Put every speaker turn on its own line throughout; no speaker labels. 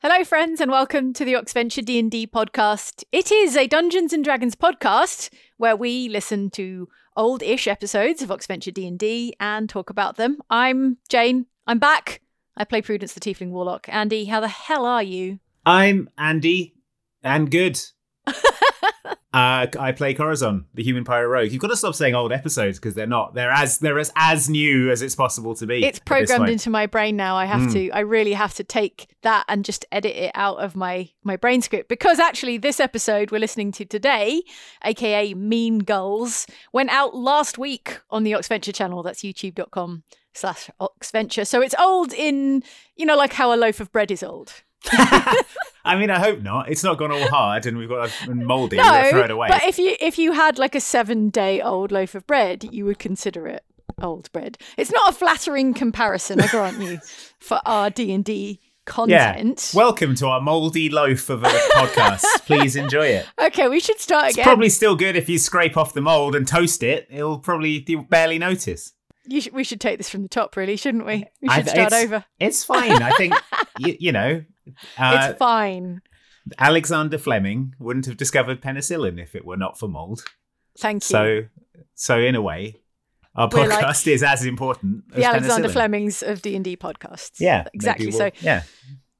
Hello, friends, and welcome to the Oxventure D&D podcast. It is a Dungeons & Dragons podcast where we listen to old-ish episodes of Oxventure D&D and talk about them. I'm Jane. I'm back. I play Prudence the Tiefling Warlock. Andy, how the hell are you?
I'm Andy, and good. uh, I play Corazon, the human pyro rogue. You've got to stop saying old episodes because they're not. They're as they're as, as new as it's possible to be.
It's
at this
programmed
point.
into my brain now. I have
Mm.
to. I really have to take that and just edit it out of my my brain script because actually this episode we're listening to today, aka Mean Gulls, went out last week on the Oxventure channel. That's youtube.com slash Oxventure. So it's old in you know like how a loaf of bread is old.
I mean, I hope not. It's not gone all hard, and we've got a mouldy. we're gonna throw it away.
but if you if you had like a seven day old loaf of bread, you would consider it old bread. It's not a flattering comparison, I grant you, for our D and D
yeah.
content.
Welcome to our mouldy loaf of a podcast. Please enjoy it.
okay, we should start
It's
again.
probably still good if you scrape off the mould and toast it. It'll probably you'll barely notice.
You sh- we should take this from the top, really, shouldn't we? We
I-
should start
it's-
over.
It's fine. I think you, you know. Uh,
it's fine.
Alexander Fleming wouldn't have discovered penicillin if it were not for mold.
Thank you.
So, so in a way, our
We're like
podcast is as important as
the Alexander
penicillin.
Flemings of D and D podcasts.
Yeah,
exactly.
maybe
so
we'll- yeah,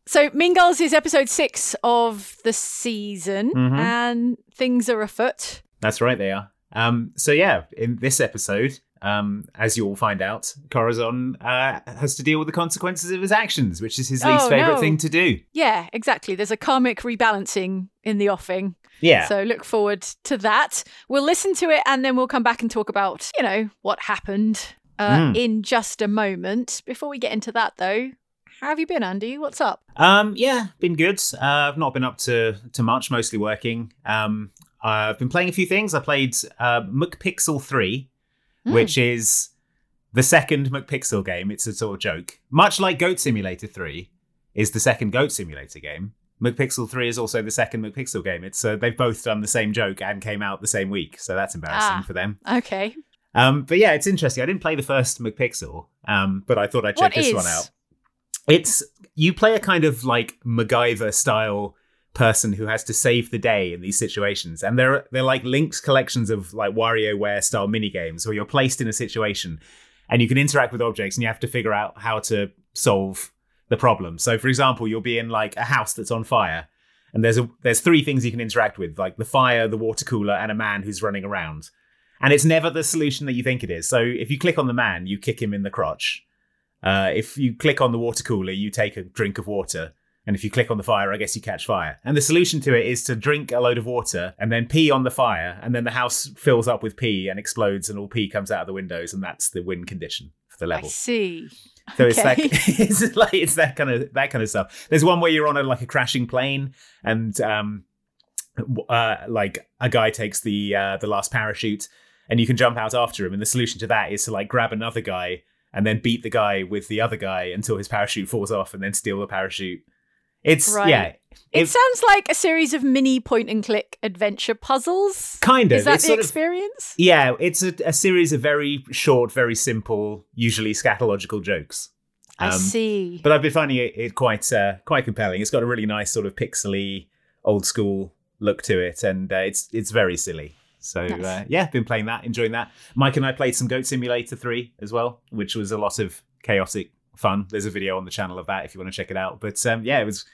So Mean Girls is episode six of the season,
Mhm.
and things are afoot.
that's right. They are. Um, so yeah, in this episode, um, as you'll find out, Corazon uh, has to deal with the consequences of his actions, which is his least
Oh,
favorite
no.
thing to do.
Yeah, exactly. There's a karmic rebalancing in the offing.
Yeah,
So look forward to that. We'll listen to it and then we'll come back and talk about, you know, what happened uh,
Mm.
in just a moment. Before we get into that, though, how have you been, Andy? What's up?
Um, yeah, been good. Uh, I've not been up to to much, mostly working. Um, I've been playing a few things. I played uh, McPixel Three,
Mm.
which is the second McPixel game. It's a sort of joke, much like Goat Simulator Three is the second Goat Simulator game. McPixel Three is also the second McPixel game. It's uh, they've both done the same joke and came out the same week, so that's embarrassing
Ah.
for them.
Okay.
Um, but yeah, it's interesting. I didn't play the first McPixel, um, but I thought I'd
What
check this
is-
one out. It's you play a kind of like MacGyver style person who has to save the day in these situations, and they're they're like linked collections of like WarioWare style mini games where you're placed in a situation and you can interact with objects and you have to figure out how to solve the problem. So, for example, you'll be in like a house that's on fire, and there's a there's three things you can interact with, like the fire, the water cooler, and a man who's running around. And it's never the solution that you think it is. So, if you click on the man, you kick him in the crotch. Uh, if you click on the water cooler, you take a drink of water. And if you click on the fire, I guess you catch fire. And the solution to it is to drink a load of water and then pee on the fire, and then the house fills up with pee and explodes, and all pee comes out of the windows, and that's the win condition for the
I
level.
see.
So it's that
Okay.
it's like it's that kind of that kind of stuff. There's one where you're on a like a crashing plane and um w- uh like a guy takes the uh the last parachute and you can jump out after him and the solution to that is to like grab another guy and then beat the guy with the other guy until his parachute falls off and then steal the parachute. It's
Right.
yeah,
It
If-
sounds like a series of mini point and click adventure puzzles.
kind of.
Is that
it's
the
sort of-
experience?
yeah, it's a, a series of very short, very simple, usually scatological jokes.
I
Um,
see.
but I've been finding it, it quite uh, quite compelling. It's got a really nice sort of pixely, old school look to it, and uh, it's it's very silly. So
Nice.
uh, yeah, been playing that, enjoying that. Mike and I played some Goat Simulator three as well, which was a lot of chaotic fun. There's a video on the channel of that if you want to check it out. But um, yeah, it was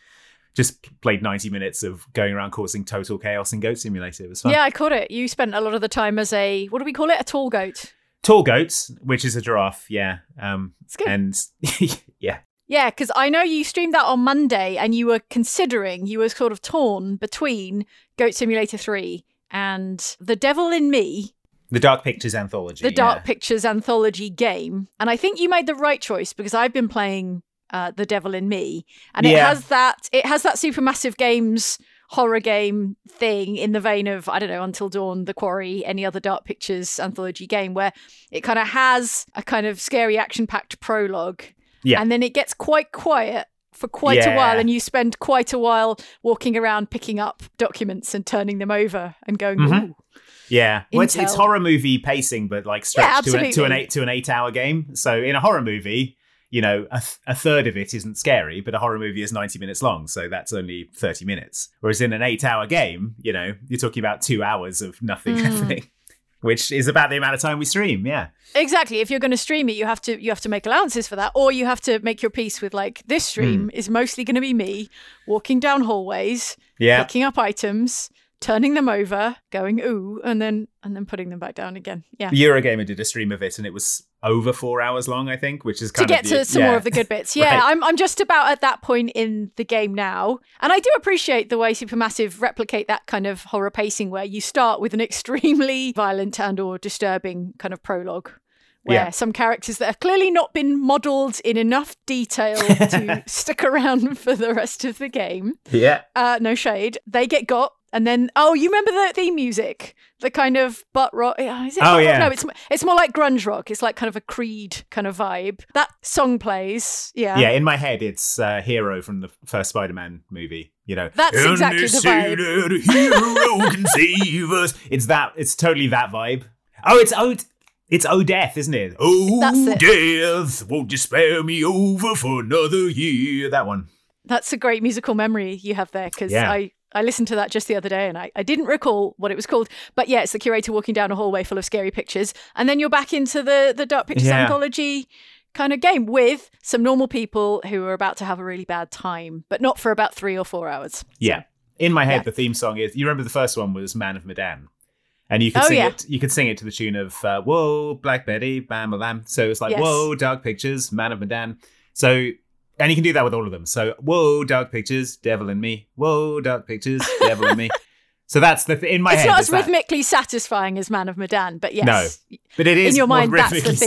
just played 90 minutes of going around causing total chaos in Goat Simulator. It was fun.
Yeah, I caught it. You spent a lot of the time as a what do we call it? A tall goat.
Tall goats, which is a giraffe, yeah. Um,
It's good.
and yeah,
yeah, because I know you streamed that on Monday, and you were considering, you were sort of torn between Goat Simulator Three and The Devil in Me,
the Dark Pictures anthology.
the Dark
yeah.
Pictures anthology game, and I think you made the right choice because I've been playing uh, The Devil in Me, and it
Yeah.
has that it has that supermassive games horror game thing in the vein of I don't know Until Dawn, The Quarry, any other Dark Pictures anthology game where it kind of has a kind of scary action packed prologue,
Yeah.
and then it gets quite quiet. For quite a while,
Yeah.
and you spend quite a while walking around picking up documents and turning them over and going,
Mhm.
"Ooh,
Yeah, well, it's,
Intel.
it's horror movie pacing, but like stretched to, a, to an
absolutely.
eight to an eight hour game. So in a horror movie, you know, a, th- a third of it isn't scary, but a horror movie is ninety minutes long, so that's only thirty minutes. Whereas in an eight hour game, you know, you're talking about two hours of nothing
Mm.
happening, which is about the amount of time we stream. Yeah,
Exactly. If you're going to stream it, you have to you have to make allowances for that, or you have to make your peace with like this stream is mostly going to be me walking down hallways,
yeah,
picking up items, turning them over, going ooh, and then and then putting them back down again. Yeah.
The Eurogamer did a stream of it, and it was over four hours long, I think, which is
To
kind
get
of
to some more of the good bits. Yeah,
Right.
I'm, I'm just about at that point in the game now. And I do appreciate the way Supermassive replicate that kind of horror pacing where you start with an extremely violent and or disturbing kind of prologue. where
Yeah.
some characters that have clearly not been modelled in enough detail to stick around for the rest of the game.
yeah,
Uh, no shade. They get got, and then oh, you remember the theme music, the kind of butt rock. eh, Is it? butt
Oh,
rock?
yeah.
No, it's it's more like grunge rock. It's like kind of a Creed kind of vibe. That song plays. Yeah.
yeah. In my head, it's uh, Hero from the first Spider-Man movie. You know,
That's exactly the vibe.
"Unnecessary hero can save us. It's that. It's totally that vibe. Oh, it's oh, it's oh, death, isn't it? Oh,
That's it.
death, won't you spare me over for another year? That one.
That's a great musical memory you have there because
Yeah.
I, I listened to that just the other day and I, I didn't recall what it was called. But yeah, it's the curator walking down a hallway full of scary pictures. And then you're back into the, the Dark Pictures
Yeah.
anthology kind of game with some normal people who are about to have a really bad time, but not for about three or four hours.
Yeah. In my head,
Yeah.
the theme song is. You remember the first one was "Man of Medan," and you could
Oh,
sing
yeah.
it. You could sing it to the tune of uh, "Whoa, Black Betty, Bam a Lamb." So it's like
Yes.
"Whoa, Dark Pictures, Man of Medan." So and you can do that with all of them. So "Whoa, Dark Pictures, Devil and Me." Whoa, Dark Pictures, Devil and Me. So that's the th- in my
it's
head.
not
it's
as
that.
rhythmically satisfying as Man of Medan, but yes. No.
but it is
your
more
mind, that's the
rhythmically
thing.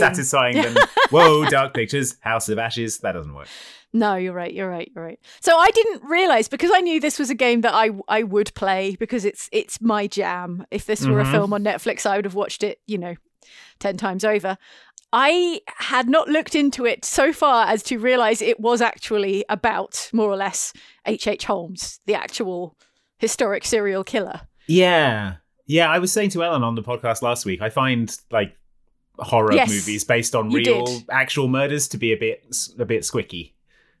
satisfying than "Whoa, Dark Pictures, House of Ashes." That doesn't work.
you're right, you're right, you're right. So I didn't realize because I knew this was a game that I I would play because it's it's my jam. If this were a
Mhm.
film on Netflix, I would have watched it, you know, 10 times over. I had not looked into it so far as to realize it was actually about more or less H.H. H. Holmes, the actual historic serial killer.
Yeah. Yeah, I was saying to Ellen on the podcast last week, I find like horror
Yes,
movies based on
you
real
did.
actual murders to be a bit a bit squicky.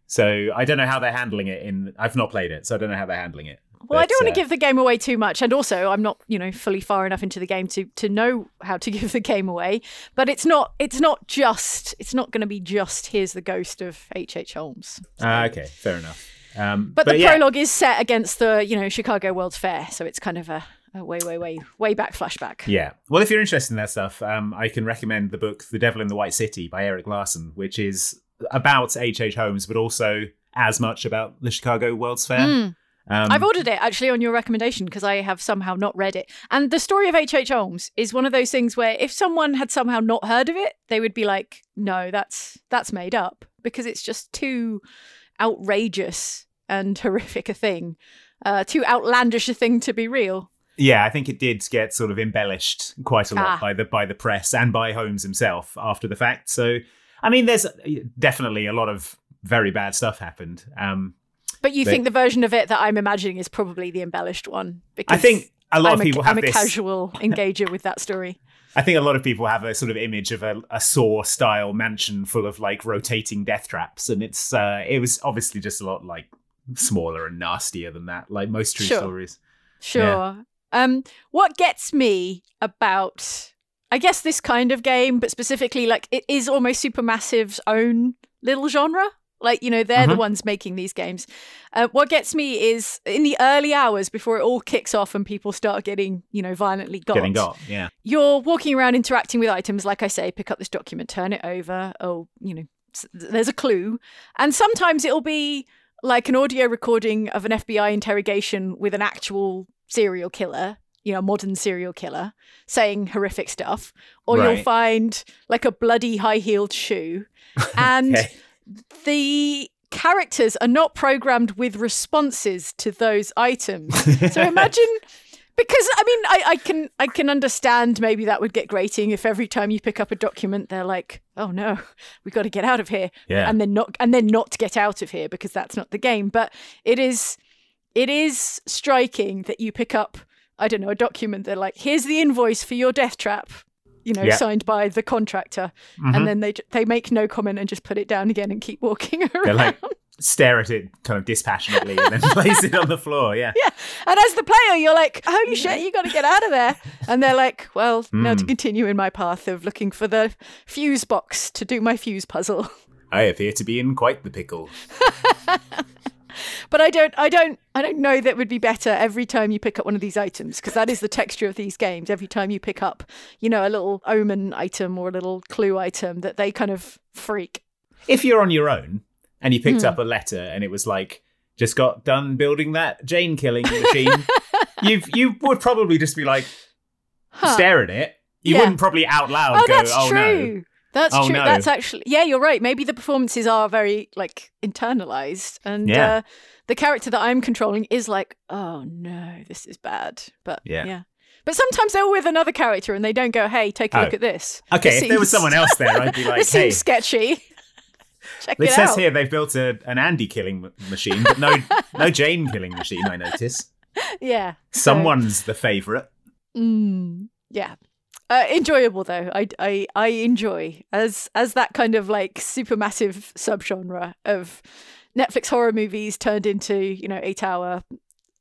So I don't know how they're handling it in I've not played it, so I don't know how they're handling it.
Well, I
But,
don't want
uh,
to give the game away too much, and also I'm not, you know, fully far enough into the game to to know how to give the game away. But it's not it's not just it's not going to be just here's the ghost of H. H. Holmes.
Ah, okay, fair enough. Um
But, the
yeah,
prologue is set against the you know Chicago World's Fair, so it's kind of a, a way way way way back flashback.
Yeah. Well, if you're interested in that stuff, um, I can recommend the book The Devil in the White City by Eric Larson, which is about H.H. H. Holmes, but also as much about the Chicago World's Fair.
Mm.
Um,
I've ordered it actually on your recommendation because I have somehow not read it. And the story of H.H. H. Holmes is one of those things where if someone had somehow not heard of it, they would be like, "No, that's that's made up because it's just too outrageous and horrific a thing, uh, too outlandish a thing to be real."
Yeah, I think it did get sort of embellished quite a lot
Ah.
by the by the press and by Holmes himself after the fact. So, I mean, there's uh, definitely a lot of very bad stuff happened. Um,
But you
They-
think the version of it that I'm imagining is probably the embellished one because
I think a lot
I'm
of people
a,
have
am a
this.
casual engager with that story.
I think a lot of people have a sort of image of a, a Saw style mansion full of like rotating death traps, and it's uh, it was obviously just a lot like smaller and nastier than that, like most true
Sure.
stories.
Sure. Um, what gets me about, I guess, this kind of game, but specifically, like, it is almost Supermassive's own little genre Like, you know, they're the
Mhm.
ones making these games. Uh, what gets me is in the early hours before it all kicks off and people start getting, you know, violently got.
Getting got, yeah.
You're walking around interacting with items. Like I say, pick up this document, turn it over. Oh, you know, s- there's a clue. And sometimes it'll be like an audio recording of an FBI interrogation with an actual serial killer, you know, a modern serial killer saying horrific stuff. Or you'll
Right.
find like a bloody high heeled shoe. And
Okay.
the characters are not programmed with responses to those items. So imagine because I mean I, I can I can understand maybe that would get grating if every time you pick up a document they're like, oh no, we've got to get out of here.
Yeah.
And then not and then not get out of here because that's not the game. But it is it is striking that you pick up, I don't know, a document they're like, here's the invoice for your death trap. You know,
Yeah. Mm-hmm.
signed by the contractor, and then they j- they make no comment and just put it down again and keep walking around.
They're like stare at it kind of dispassionately and then place it on the floor. Yeah.
Yeah. And as the player, you're like, holy shit, you got to get out of there. And they're like, well, now
Hmm.
to continue in my path of looking for the fuse box to do my fuse puzzle.
I appear to be in quite the pickle.
But I don't, I don't, I don't know that would be better every time you pick up one of these items because that is the texture of these games. Every time you pick up, you know, a little omen item or a little clue item that they kind of freak.
If you're on your own and you picked
Hmm.
up a letter and it was like, just got done building that Jane killing machine, you you would probably just be like,
Huh.
stare at it. You
Yeah.
wouldn't probably out loud
oh,
go,
that's
oh
true.
no.
That's
Oh,
true.
no.
That's actually yeah, you're right. Maybe the performances are very like internalized, and
Yeah.
uh, the character that I'm controlling is like, oh no, this is bad. But yeah,
Yeah.
But sometimes they're with another character and they don't go, hey, take a look
Oh.
at this.
Okay,
This
if there was
seems-
someone else there, I'd be like,
this
hey.
seems sketchy. Check
It
it
says
out.
here they've built a, an Andy killing m- machine, but no no Jane killing machine, I notice.
Yeah,
Someone's the favourite.
Mm, yeah. Uh, enjoyable though. I, I I enjoy as as that kind of like supermassive subgenre of Netflix horror movies turned into, you know, 8-hour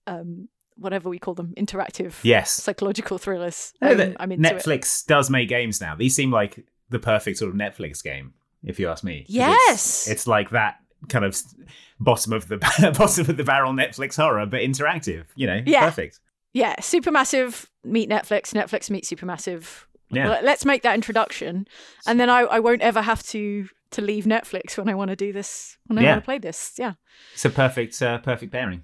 um whatever we call them, interactive
Yes.
psychological thrillers.
No,
I'm-
that
I'm into it.
Netflix does make games now. These seem like the perfect sort of Netflix game, if you ask me. 'Cause
Yes.
it's, it's like that kind of s- bottom of the bottom of the barrel Netflix horror, but interactive. You know,
Yeah.
perfect.
Yeah, supermassive meet Netflix, Netflix meet supermassive.
Yeah.
Let- Let's make that introduction and then I, I won't ever have to to leave Netflix when I want to do this, when I
Yeah.
want to play this. Yeah.
It's a perfect, uh, perfect pairing.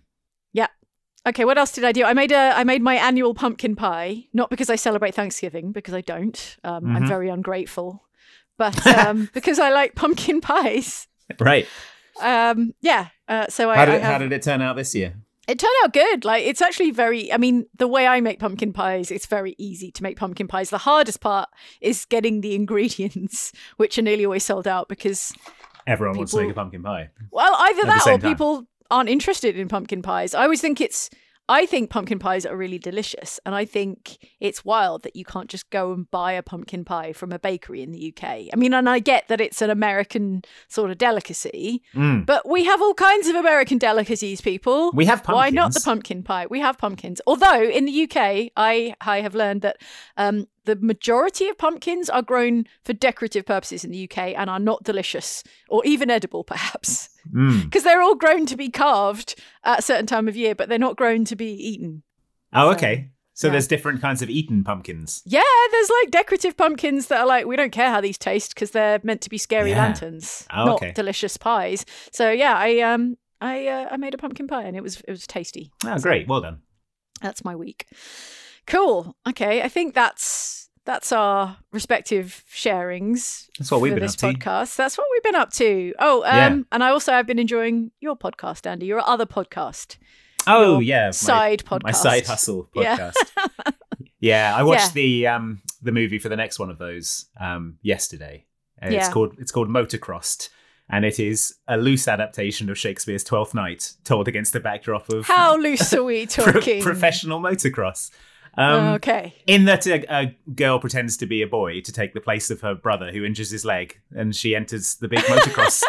Okay, what else did I do? I made a I made my annual pumpkin pie, not because I celebrate Thanksgiving, because I don't. Um, I'm
Mhm.
very ungrateful, but um, because I like pumpkin pies.
Right.
Um, yeah. Uh, so I,
How did,
I
it, how
have,
did it turn out this year?
it turned out good. Like it's actually very. I mean, the way I make pumpkin pies, it's very easy to make pumpkin pies. The hardest part is getting the ingredients, which are nearly always sold out because
Everyone wants to
People-
make a pumpkin pie.
Well, either
At the
that or
same time.
people aren't interested in pumpkin pies. I always think it's I think pumpkin pies are really delicious and I think it's wild that you can't just go and buy a pumpkin pie from a bakery in the UK. I mean, and I get that it's an American sort of delicacy,
Mm.
but we have all kinds of American delicacies, people.
We have
Why not the pumpkin
pumpkins.
pie? We have pumpkins. Although in the UK, I, I have learned that um, the majority of pumpkins are grown for decorative purposes in the UK and are not delicious or even edible, perhaps
Mm.
because they're all grown to be carved at a certain time of year, but they're not grown to be eaten.
Oh,
So,
okay. So
yeah.
there's different kinds of eaten pumpkins.
Yeah, there's like decorative pumpkins that are like we don't care how these taste because they're meant to be scary
Yeah.
lanterns,
Oh,
not
okay.
delicious pies. So yeah, I um I uh, I made a pumpkin pie and it was it was tasty.
Oh, great. Well done.
That's my week. Cool. Okay, I think that's that's our respective sharings.
That's what we've
for
been
this
up to.
podcast. That's what we've been up to. Oh, um,
Yeah.
and I also have been enjoying your podcast, Andy. Your other podcast.
Oh,
your
yeah. my-
side podcast.
My side hustle
Yeah.
podcast. Yeah, I watched the um the movie for the next one of those um yesterday. And It's
Yeah.
called it's called Motocrossed, and it is a loose adaptation of Shakespeare's Twelfth Night, told against the backdrop of
How loose are we
pro-
talking? Oh,
professional motocross. Um,
okay.
In that a, a girl pretends to be a boy to take the place of her brother who injures his leg, and she enters the big motocross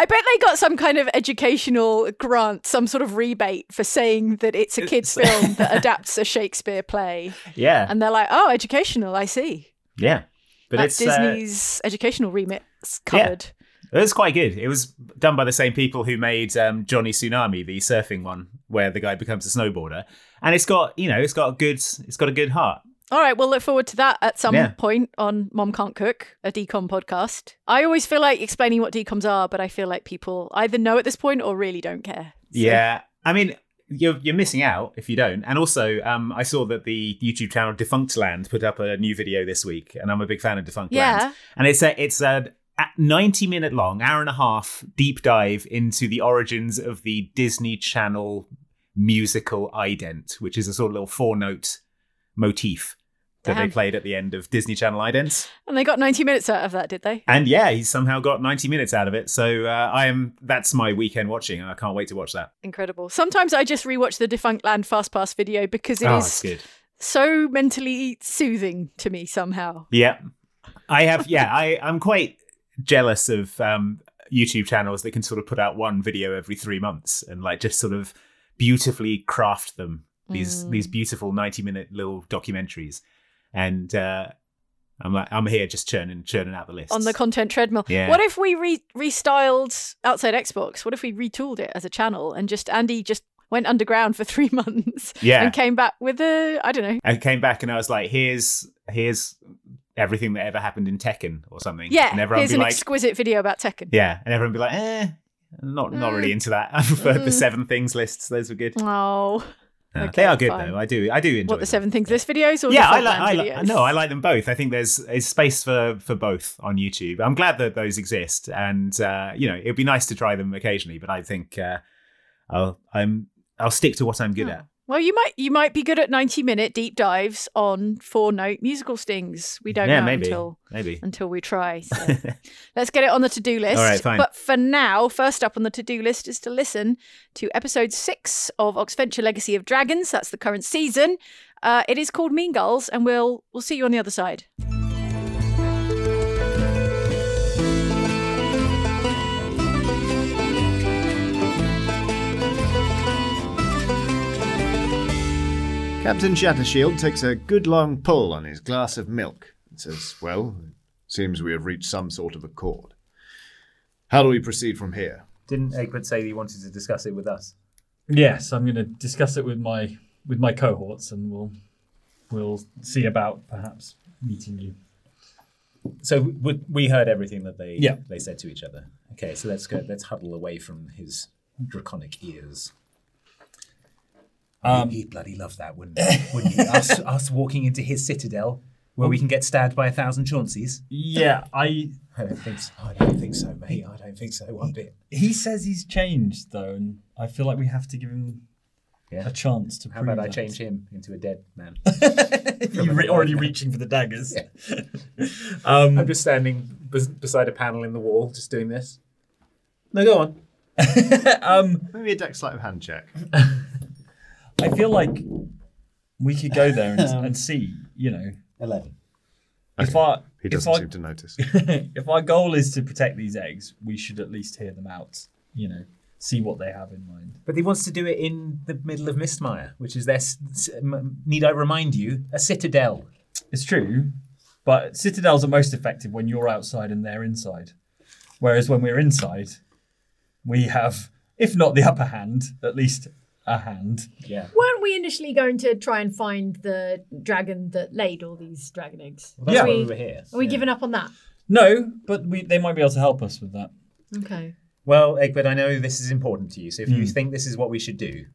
I bet they got some kind of educational grant, some sort of rebate for saying that it's a kids' film that adapts a Shakespeare play,
yeah,
and they're like, "Oh, educational, I see."
yeah. But
That's
it's uh,
Disney's educational remit
Yeah.
covered.
It was quite good. It was done by the same people who made um, Johnny Tsunami, the surfing one, where the guy becomes a snowboarder, and it's got you know it's got a good it's got a good heart.
All right, we'll look forward to that at some
Yeah.
point on Mom Can't Cook, a decom podcast. I always feel like explaining what decoms are, but I feel like people either know at this point or really don't care. So-
Yeah, I mean you're you're missing out if you don't. And also, um, I saw that the YouTube channel Defunct Land put up a new video this week, and I'm a big fan of Defunct Land.
Yeah.
and it's a it's a a 90 minute long hour and a half deep dive into the origins of the disney channel musical ident which is a sort of little four note motif that
Damn.
they played at the end of disney channel ident
And they got 90 minutes out of that, did they?
and yeah he's somehow got 90 minutes out of it so uh, i am that's my weekend watching and i can't wait to watch that
Incredible. Sometimes I just rewatch the Defunct Land Fast Pass video because it is
oh it's good
so mentally soothing to me somehow.
Yeah. I have yeah, I, I'm quite jealous of um YouTube channels that can sort of put out one video every three months and like just sort of beautifully craft them. These
Mm.
these beautiful 90 minute little documentaries. And uh I'm like I'm here just churning churning out the list.
On the content treadmill.
Yeah.
What if we re- restyled Outside Xbox? What if we retooled it as a channel and just Andy just went underground for three months
Yeah.
and came back with a, I don't know,
I came back and I was like, here's here's everything that ever happened in Tekken or something.
Yeah,
And everyone would
here's
be
an
like
exquisite video about Tekken.
Yeah. And everyone would be like, eh, not not really into that. I preferred the
Mm.
seven things lists, those were good.
Oh,
Yeah,
Okay,
they are good
fine.
though. I do. I do enjoy
what the
them.
seven things? This videos or
Yeah, I
Default
like. I
Land
like.
videos?
No, I like them both. I think there's is space for for both on YouTube. I'm glad that those exist, and uh, you know it'd be nice to try them occasionally. But I think uh, I'll I'm I'll stick to what I'm good
Oh.
at.
Well, you might you might be good at ninety minute deep dives on four note musical stings. We don't
yeah,
know
maybe
until
maybe.
until we try. So let's get it on the to do list.
All right, fine.
But for now, first up on the to do list is to listen to episode six of Oxventure Legacy of Dragons. That's the current season. Uh, it is called Mean Girls, and we'll we'll see you on the other side.
Captain Shattershield takes a good long pull on his glass of milk and says, Well, it seems we have reached some sort of accord. How do we proceed from here?
Didn't Egbert say he wanted to discuss it with us?
Yes, I'm going to discuss it with my with my cohorts, and we'll we'll see about perhaps meeting you.
So we, we heard everything that they
Yeah.
they said to each other. Okay, so let's go. Let's huddle away from his draconic ears.
Um,
he'd bloody love that, wouldn't he? wouldn't he? Us, us walking into his citadel where we can get stabbed by a thousand Chaunceys.
Yeah, I.
I don't think so. I don't think so, mate. I don't think so one bit.
He says he's changed though, and I feel like we have to give him
Yeah.
a chance to.
How
prove
about I
that.
change him into a dead man?
You're re- already reaching for the daggers.
I'm just standing beside a panel in the wall, just doing this. No, go on.
Maybe a deck sleight of hand check.
I feel like we could go there and,
Um,
and see. You know,
Eleven.
if our
He
if
doesn't
our,
seem to notice.
if our goal is to protect these eggs, we should at least hear them out. You know, see what they have in mind.
But he wants to do it in the middle of Mistmire, which is their, s- s- m- need I remind you, a citadel.
It's true, but citadels are most effective when you're outside and they're inside. Whereas when we're inside, we have, if not the upper hand, at least a hand.
Weren't we initially going to try and find the dragon that laid all these dragon eggs?
Well, that's
Yeah.
why we
We-
were here.
Are we giving up on that?
No, but we, they might be able to help us with that.
Okay.
Well, Egbert, I know this is important to you, so if
Hmm.
you think this is what we should do,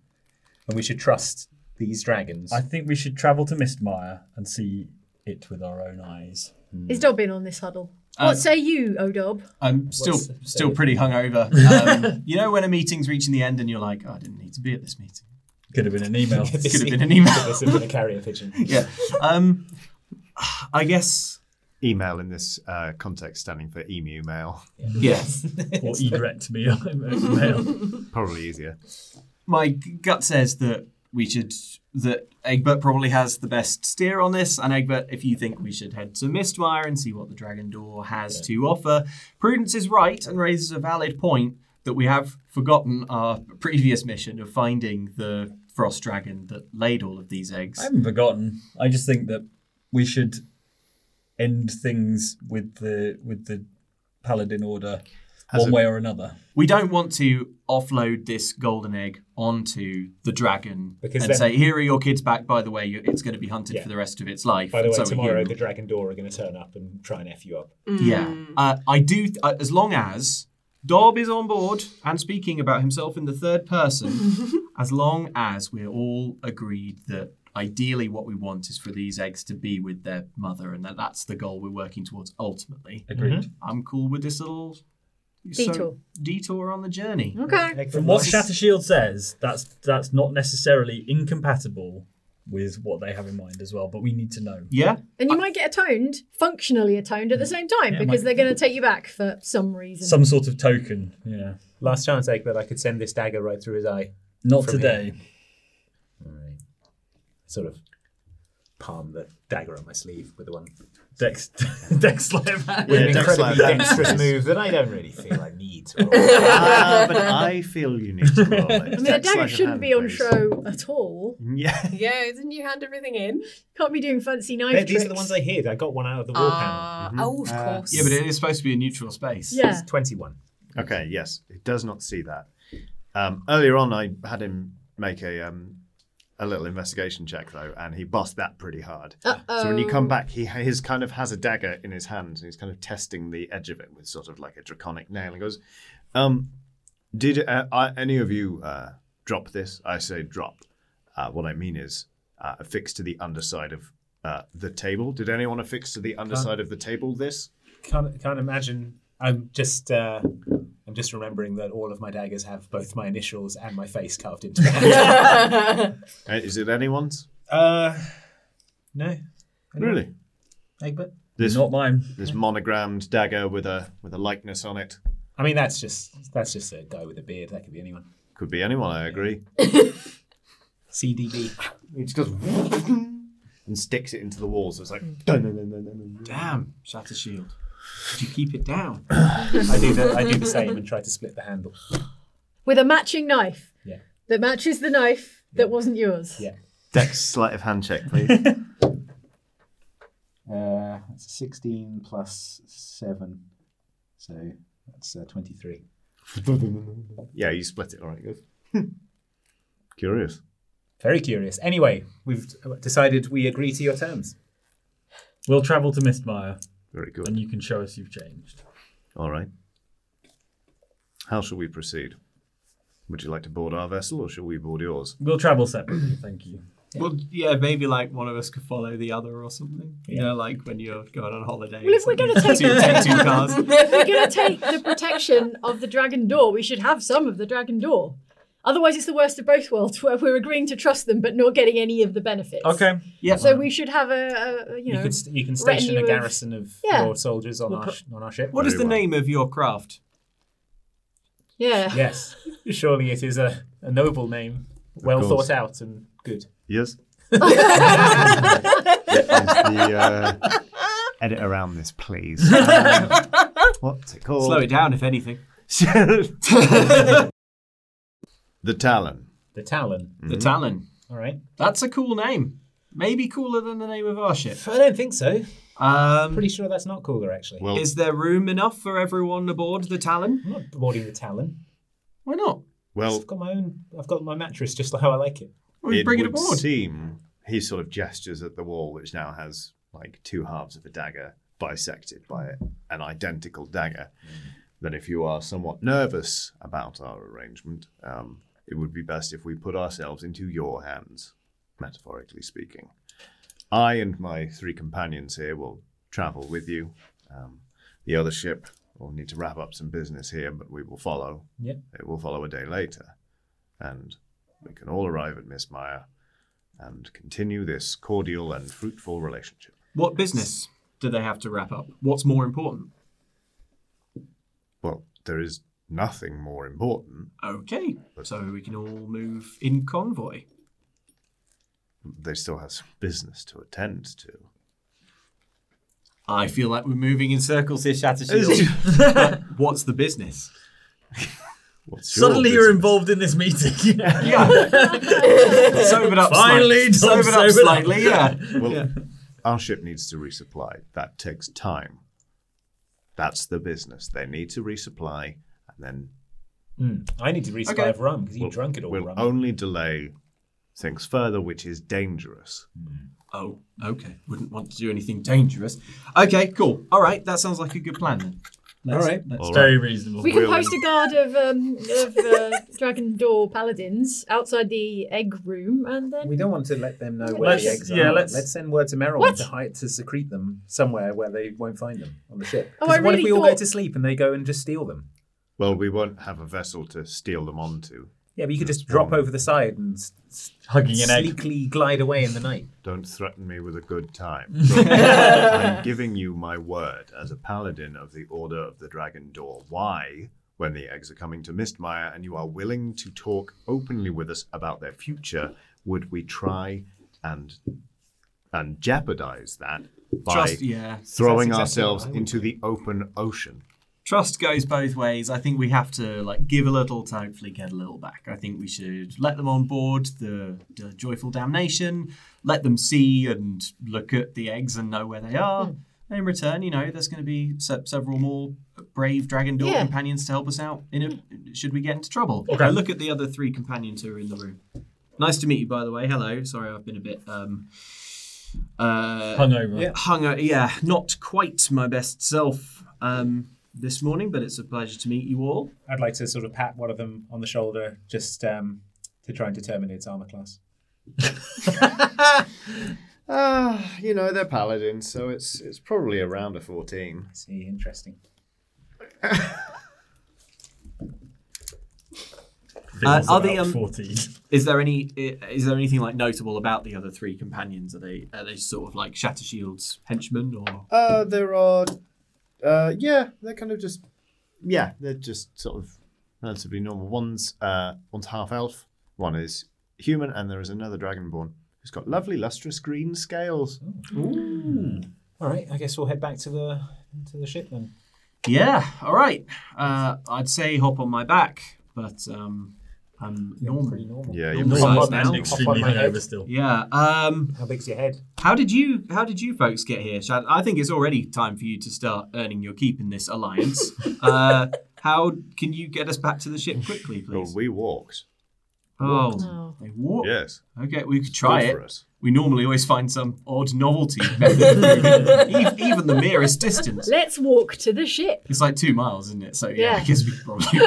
and we should trust these dragons,
I think we should travel to Mistmire and see it with our own eyes.
Is Dob in on this huddle?
Um,
what say you, Odob?
I'm still still pretty hungover. Um, you know when a meeting's reaching the end and you're like, oh, I didn't need to be at this meeting.
Could have been an email.
It could have been an email.
this is going to carry a pigeon.
yeah. Um, I guess.
Email in this uh, context standing for emu mail.
Yes.
or egret me email.
Probably easier.
My gut says that we should that Egbert probably has the best steer on this. And Egbert, if you think we should head to Mistwire and see what the Dragon Door has to offer, Prudence is right and raises a valid point that we have forgotten our previous mission of finding the frost dragon that laid all of these eggs.
I haven't forgotten. I just think that we should end things with the with the paladin order
Has
one
a-
way or another.
Mhm.
We don't want to offload this golden egg onto the dragon
Because
and
then-
say, "Here are your kids back." By the way, you- it's going to be hunted
Yeah.
for the rest of its life.
By the
and
way,
so are
tomorrow
you."
the Dragon Door are going to turn up and try and f you up.
Mm.
Yeah. Uh, I do, uh, as long as Dob is on board and speaking about himself in the third person, as long as we're all agreed that ideally what we want is for these eggs to be with their mother and that that's the goal we're working towards ultimately.
Agreed.
I'm cool with this little so-
Detour.
detour on the journey.
Okay.
Egg
From
from
what
Mars.
Shattershield says, that's that's not necessarily incompatible with what they have in mind as well. But we need to know.
Yeah?
And you might get atoned, functionally atoned at the same time,
Yeah,
because
might-
they're going to take you back for some reason.
Some sort of token. Yeah.
Last chance, Egbert. I could send this dagger right through his eye.
Not
From
today.
Sort of palm the dagger on my sleeve with the one
Dex Dex like that.
with an
Yeah, Dex
incredibly
like that.
dexterous move that I don't really feel I need. To roll.
Ah, but I feel you need to roll it.
I mean, a dagger shouldn't be on show at all.
Yeah.
Yeah, didn't you hand everything in?
Can't be doing fancy knife
They-
tricks.
These are the ones I hid. I got one out of the wall panel.
Ah, Oh, of course.
Yeah, but it is supposed to be a neutral space.
Yeah.
It's twenty-one.
Okay, yes, it does not see that. Um, earlier on, I had him make a um, a little investigation check though, and he bust that pretty hard. So when you come back, he ha- his kind of has a dagger in his hand, and he's kind of testing the edge of it with sort of like a draconic nail, and goes, um, "Did uh, I, any of you uh, drop this?" I say drop. Uh, what I mean is uh, affixed to the underside of uh, the table. Did anyone affix to the underside of the table this?
Can't can't imagine. I'm just uh, I'm just remembering that all of my daggers have both my initials and my face carved into them.
Uh, is it anyone's?
uh, no,
Really?
Egbert.
This
Not mine.
this monogrammed dagger with a with a likeness on it.
I mean, that's just that's just a guy with a beard. That could be anyone.
Could be anyone, I agree.
CDB.
He just goes and sticks it into the walls. It's like dun, dun, dun, dun, dun, dun.
Damn, Shatter Shield. Could you keep it down?
I do the I do the same and try to split the handle.
With a matching knife
Yeah.
that matches the knife that wasn't yours.
Yeah.
Dex sleight of hand check, please.
Uh, that's 16 plus 7. So that's uh, 23.
yeah, you split it. All right, he goes. "Hmm. Curious.
Very curious. Anyway, we've decided we agree to your terms.
We'll travel to Mistmire,
Very
and
good.
you can show us you've changed.
All right. How shall we proceed? Would you like to board our vessel, or shall we board yours?
We'll travel separately. Thank you.
Well, yeah, maybe like one of us could follow the other or something. You know, like when you're going on holiday.
Well, if we're
something.
gonna take-
two, take two cars.
If we're going to take the protection of the dragon door, we should have some of the dragon door. Otherwise, it's the worst of both worlds, where we're agreeing to trust them but not getting any of the benefits.
Okay.
Yeah.
So we should have a, a- a you
You,
know.
could, st- you can station a
retinue of-
garrison of
Yeah.
your soldiers on, our, sh- on our ship.
What is
Very
the
well.
name of your craft?
yeah.
Yes. Surely it is a, a noble name, well
course.
thought out and good.
Yes. the, uh, edit around this, please. Um, what's it called?
Slow it down, if anything.
the Talon.
The Talon.
mm-hmm.
The Talon.
All right.
That's a cool name. Maybe cooler than the name of our ship.
I don't think so.
Um,
Pretty sure that's not cooler, actually.
Well,
is there room enough for everyone aboard the Talon?
I'm not boarding the Talon.
Why not?
well,
I've got my own. I've got my mattress just how I like it.
We
it
bring it
would
aboard.
seem he sort of gestures at the wall, which now has like two halves of a dagger bisected by an identical dagger. That if you are somewhat nervous about our arrangement, um, it would be best if we put ourselves into your hands, metaphorically speaking. I and my three companions here will travel with you. Um, the other ship will need to wrap up some business here, but we will follow.
Yeah.
It will follow a day later. And we can all arrive at Miss Meyer and continue this cordial and fruitful relationship.
What business do they have to wrap up? What's more important?
Well, there is nothing more important.
Okay, so we can all move in convoy.
They still have some business to attend to.
I feel like we're moving in circles here, Shattershield. But What's the business?
What's your
Suddenly you're
business?
involved in this meeting.
Yeah. sobered up
Finally, Tom
slightly. Sobered up
sobered up.
slightly, yeah.
Well, our ship needs to resupply. That takes time. That's the business. They need to resupply, and then
I need to resupply
Okay.
of rum because you drank it all.
we'll
rum.
only delay things further, which is dangerous.
Oh, okay. Wouldn't want to do anything dangerous. Okay, cool. All right, that sounds like a good plan then. Let's,
All right.
Let's,
All
Very
right.
reasonable.
We can
Really?
post a guard of um, of uh, Dragon Door paladins outside the egg room, and then
We don't want to let them know where
Let's-
the eggs
yeah,
are.
let's-
Let's, send word to Merrill
What?
to hide to secrete them somewhere where they won't find them on the ship.
Oh,
'Cause
I
what if
really
we all go
thought-
to sleep and they go and just steal them?
Well, we won't have a vessel to steal them onto.
Yeah, but you could just drop over the side and s- s-
Hugging an egg.
sleekly glide away in the night.
Don't threaten me with a good time. I'm giving you my word as a paladin of the Order of the Dragon Door. Why, when the eggs are coming to Mistmire and you are willing to talk openly with us about their future, would we try and and jeopardize that by
trust, yeah.
throwing
That's exactly
ourselves
what I would
into the open ocean?
Trust goes both ways. I think we have to like give a little to hopefully get a little back. I think we should let them on board the, the joyful damnation, let them see and look at the eggs and know where they are. And in return, you know, there's going to be se- several more brave Dragon Door
Yeah.
companions to help us out. In a, should we get into trouble? Okay. look at the other three companions who are in the room. Nice to meet you, by the way. Hello. Sorry, I've been a bit um, uh,
Hungover.
Hunger, yeah, not quite my best self um, this morning, but it's a pleasure to meet you all.
I'd like to sort of pat one of them on the shoulder just um, to try and determine its armor class.
Ah, you know they're paladins, so it's it's probably around a fourteen.
See, interesting.
Uh, are they? Um,
Fourteen.
is there any? i- Is there anything like notable about the other three companions? Are they? Are they sort of like Shatter Shield's henchmen, or
Uh, there are. Uh, yeah, they're kind of just. Yeah, they're just sort of relatively normal. One's uh, one's half elf. One is human, and there is another dragonborn who's got lovely, lustrous green scales.
All right, I guess we'll head back to the to the ship then.
Yeah, all right. Uh, I'd say hop on my back, but um, I'm
Pretty
normal.
normal.
Yeah,
you're
you're
pretty-
pretty,
Hop
Normal man,
on now.
extremely
Hop on my
hungover
head.
still.
Yeah. Um,
How big's your head?
how did you? How did you folks get here? Shad? I think it's already time for you to start earning your keep in this alliance. uh, how can you get us back to the ship quickly, please?
we walked.
Oh,
No.
they walk.
Yes,
Okay, we could try
good for
it.
us.
We normally always find some odd novelty method of proving ev- even the merest distance.
let's walk to the ship.
It's like two miles, isn't it? So yeah, I
Yeah.
guess we could probably.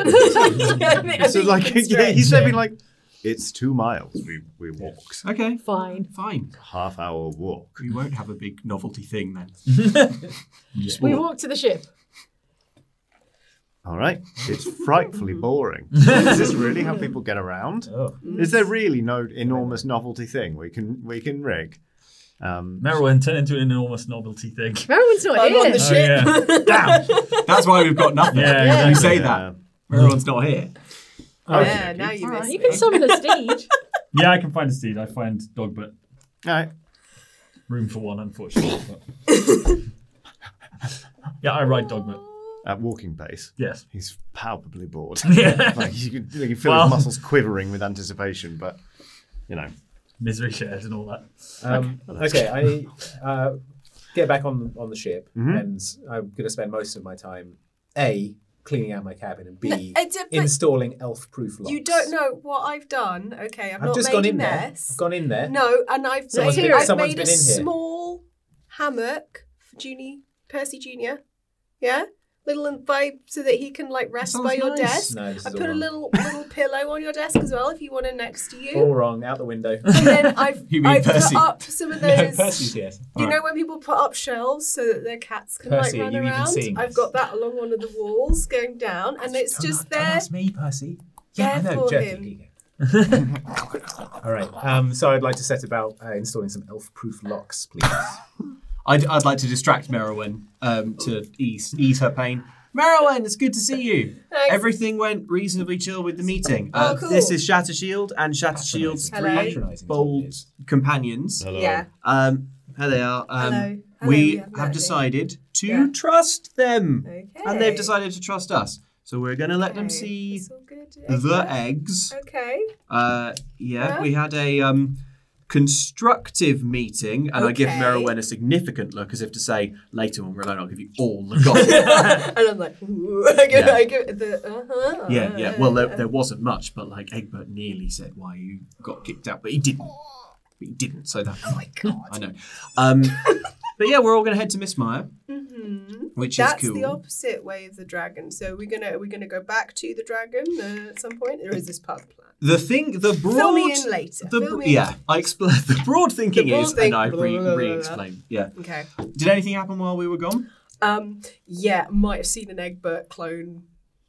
So like, yeah, he said me like, it's two miles. We we walked
okay,
Fine.
fine.
half hour walk.
We won't have a big novelty thing then. Just
We
walk.
walk to the ship.
All right, it's frightfully boring. is this really how people get around?
Oh.
Is there really no enormous novelty thing we can we can rig? Um,
Merwin turned into an enormous novelty thing. Oh,
Merwin's not
I'm
here.
on the ship.
yeah.
That's why we've got nothing.
Yeah,
You
exactly.
say
yeah.
that. Everyone's not here.
Yeah, now you miss
You
me.
can summon a steed.
yeah, I can find a steed. I find dog, but
All right.
room for one, unfortunately. But... yeah, I ride Dogma.
At walking pace,
Yes.
he's palpably bored.
Yeah.
like you can, you can feel
Well-
his muscles quivering with anticipation, but you know,
Misery shares and all that.
Um, okay, I uh, get back on on the ship, and I'm going to spend most of my time a cleaning out my cabin and b
No, it's a- but-
installing elf-proof locks.
You don't know what I've done. Okay, I've,
I've
not
just
made
gone
a
in there.
mess.
I've gone in there.
No, and I've
Someone's
made,
been-
I've
someone's
made a
been in here.
small hammock for Junie Percy Junior. Yeah, little and vibe so that he can like rest
sounds
by your
nice.
desk.
No, this
I
is all
put a
wrong.
little little pillow on your desk as well if you want it next to you.
All wrong. Out the window.
And then I've,
You mean
I've put
Percy.
up some of those.
yes.
You know when people put up shelves so that their cats can
Percy, are
like run
you even
around?
seeing
I've
this?
got that along one of the walls going down, and it's just there.
That's me, Percy.
Yeah, I there know, for Jackie, him.
Jerky.
here
All right. Um, so I'd like to set about uh, installing some elf-proof locks, please.
I'd, I'd like to distract Merowyn um, to ease ease her pain. Merowyn, it's good to see you.
Thanks.
Everything went reasonably chill with the meeting. Uh,
Oh, cool.
This is Shatter Shield and Shatter Shield's
Hello.
three
Patronising is what it
bold
is.
companions.
Yeah.
Um, here they are. Um,
Hello. Hello,
We
we haven't
have
met
decided to
Yeah.
trust them,
Okay.
and they've decided to trust us. So we're going to let them
Okay,
see
it's all good.
the
Okay.
eggs.
Okay.
Uh, yeah,
Yeah.
we had a um, constructive meeting, and I give
Okay.
Merowyn a significant look as if to say, later when we're alone, I'll give you all the gossip.
and I'm like, ooh, I give,
Yeah.
I give the
uh,
uh-huh.
yeah, yeah. Well, there, there wasn't much, but like Egbert nearly said why you got kicked out, but he didn't. But he didn't, so that. Oh my god. I know. Um, but yeah, we're all going to head to Miss Meyer, which
Mm-hmm. That's
is cool.
the opposite way of the dragon. So we're gonna are we gonna go back to the dragon uh, at some point, or is this part of the plan?
The thing, the broad,
Fill me in later.
the
Fill
br-
me in.
yeah, I explain. The broad thinking
broad
is,
thing-
and I
blah, blah,
re-
blah, blah, blah.
re-explain. Yeah.
Okay.
Did anything happen while we were gone?
Um. Yeah, might have seen an Egbert clone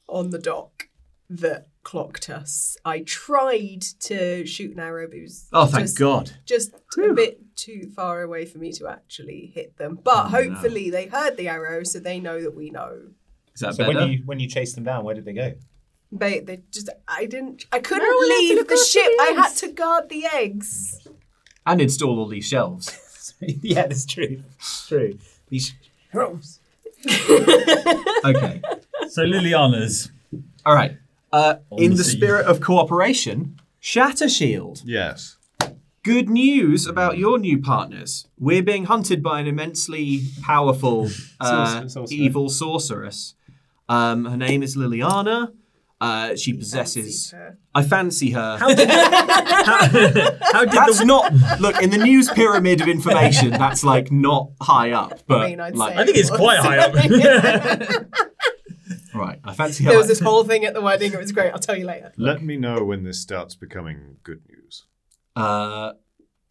on the dock that clocked us. I tried to shoot an arrow, but it was
Oh, thank
just-
God.
just a bit too far away for me to actually hit them.
Oh,
But hopefully they heard the arrow, so they know that we know.
Is that
So
better?
when you when you chased them down, where did they go?
They, they just, I didn't, I couldn't
Marilyn had to
leave
look
the
after
ship.
the
I had
eggs.
to guard the eggs.
And install all these shelves.
yeah, that's true. It's true. These
Okay.
So Liliana's.
all right. Uh,
On
in
the
the
sea.
spirit of cooperation, Shatter Shield.
Yes.
Good news about your new partners. We're being hunted by an immensely powerful uh,
Sorcer- sorcerer.
evil sorceress. Um, her name is Liliana. Uh, she
Fancied
possesses.
her.
I fancy her.
How did
that's
the
not look in the news pyramid of information. That's like not high up, but
mean, I'd
like
say-
I think it's quite high up.
right. I fancy her.
There was
like-
this whole thing at the wedding. It was great. I'll tell you later.
Let me know when this starts becoming good news.
uh,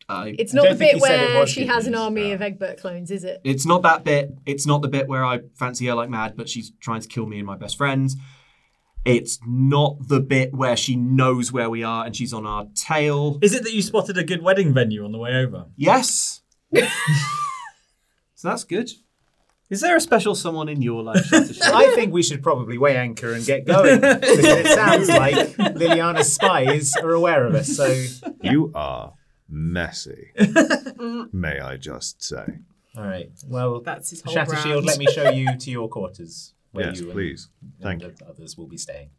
I,
It's not
Don't
the
think
bit
he said it
where
was
she
good
has an
news,
army
no.
of Egbert clones, is it?
It's not that bit. It's not the bit where I fancy her like mad, but she's trying to kill me and my best friends. It's not the bit where she knows where we are and she's on our tail.
Is it that you spotted a good wedding venue on the way over?
Yes. so that's good. Is there a special someone in your life? Shatter Shadow?
I think we should probably weigh anchor and get going. because it sounds like Liliana's spies are aware of us. So
You are messy, may I just say.
all right. Well,
That's his whole
Shatter
brand.
Shield. Let me show you to your quarters. Where
Yes,
you and-
please.
and
Thank
the
you.
Others will be staying.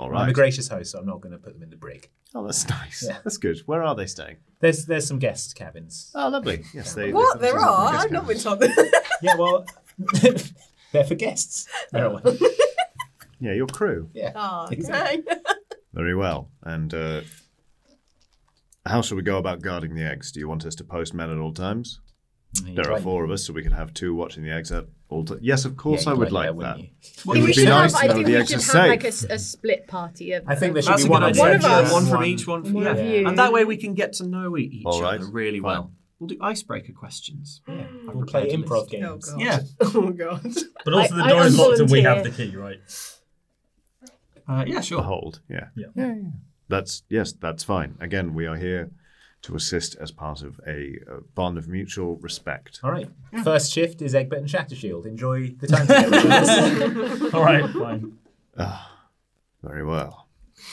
All
I'm a
right.
gracious host, so I'm not going to put them in the brig.
Oh, that's nice.
Yeah.
That's good. Where are they staying?
There's there's some guest cabins.
Oh, lovely. Yes, they.
What?
they-
There
they-
are?
they-
I've not been told this.
Yeah, well, they're for guests. Very well.
Yeah, your crew.
oh,
Exactly.
dang.
Very well. And uh, how shall we go about guarding the eggs? Do you want us to post men at all times? There are
right.
four of us, so we can have two watching the eggs at all times. Yes, of course,
Yeah,
I
you'd
would
like that,
like,
wouldn't
that.
you?
Well,
It
we
would be
should
nice to
I
know
think
the
we
eggs are
should have like
safe.
a, s- a split party of.
I think there
of-
should
That's
be
a
one
good
on
idea.
each.
Yeah,
One
One from
of
each, one from
one
yeah.
of you.
And that way we can get to know e- each
All right.
other really
Fine.
well. We'll do icebreaker questions.
Yeah,
I've
we'll play
prepared a
improv games.
list.
Oh, God.
Yeah.
Oh, God.
But also
I-
the
I
door is locked and we
volunteer.
have the key, right?
Uh, yeah, sure.
The hold, yeah.
Yeah.
That's yes, that's fine. Again, we are here to assist as part of a, uh bond of mutual respect.
All right. First shift is Egbert and Shatter Shield. Enjoy the time together.
All right, fine.
Very well.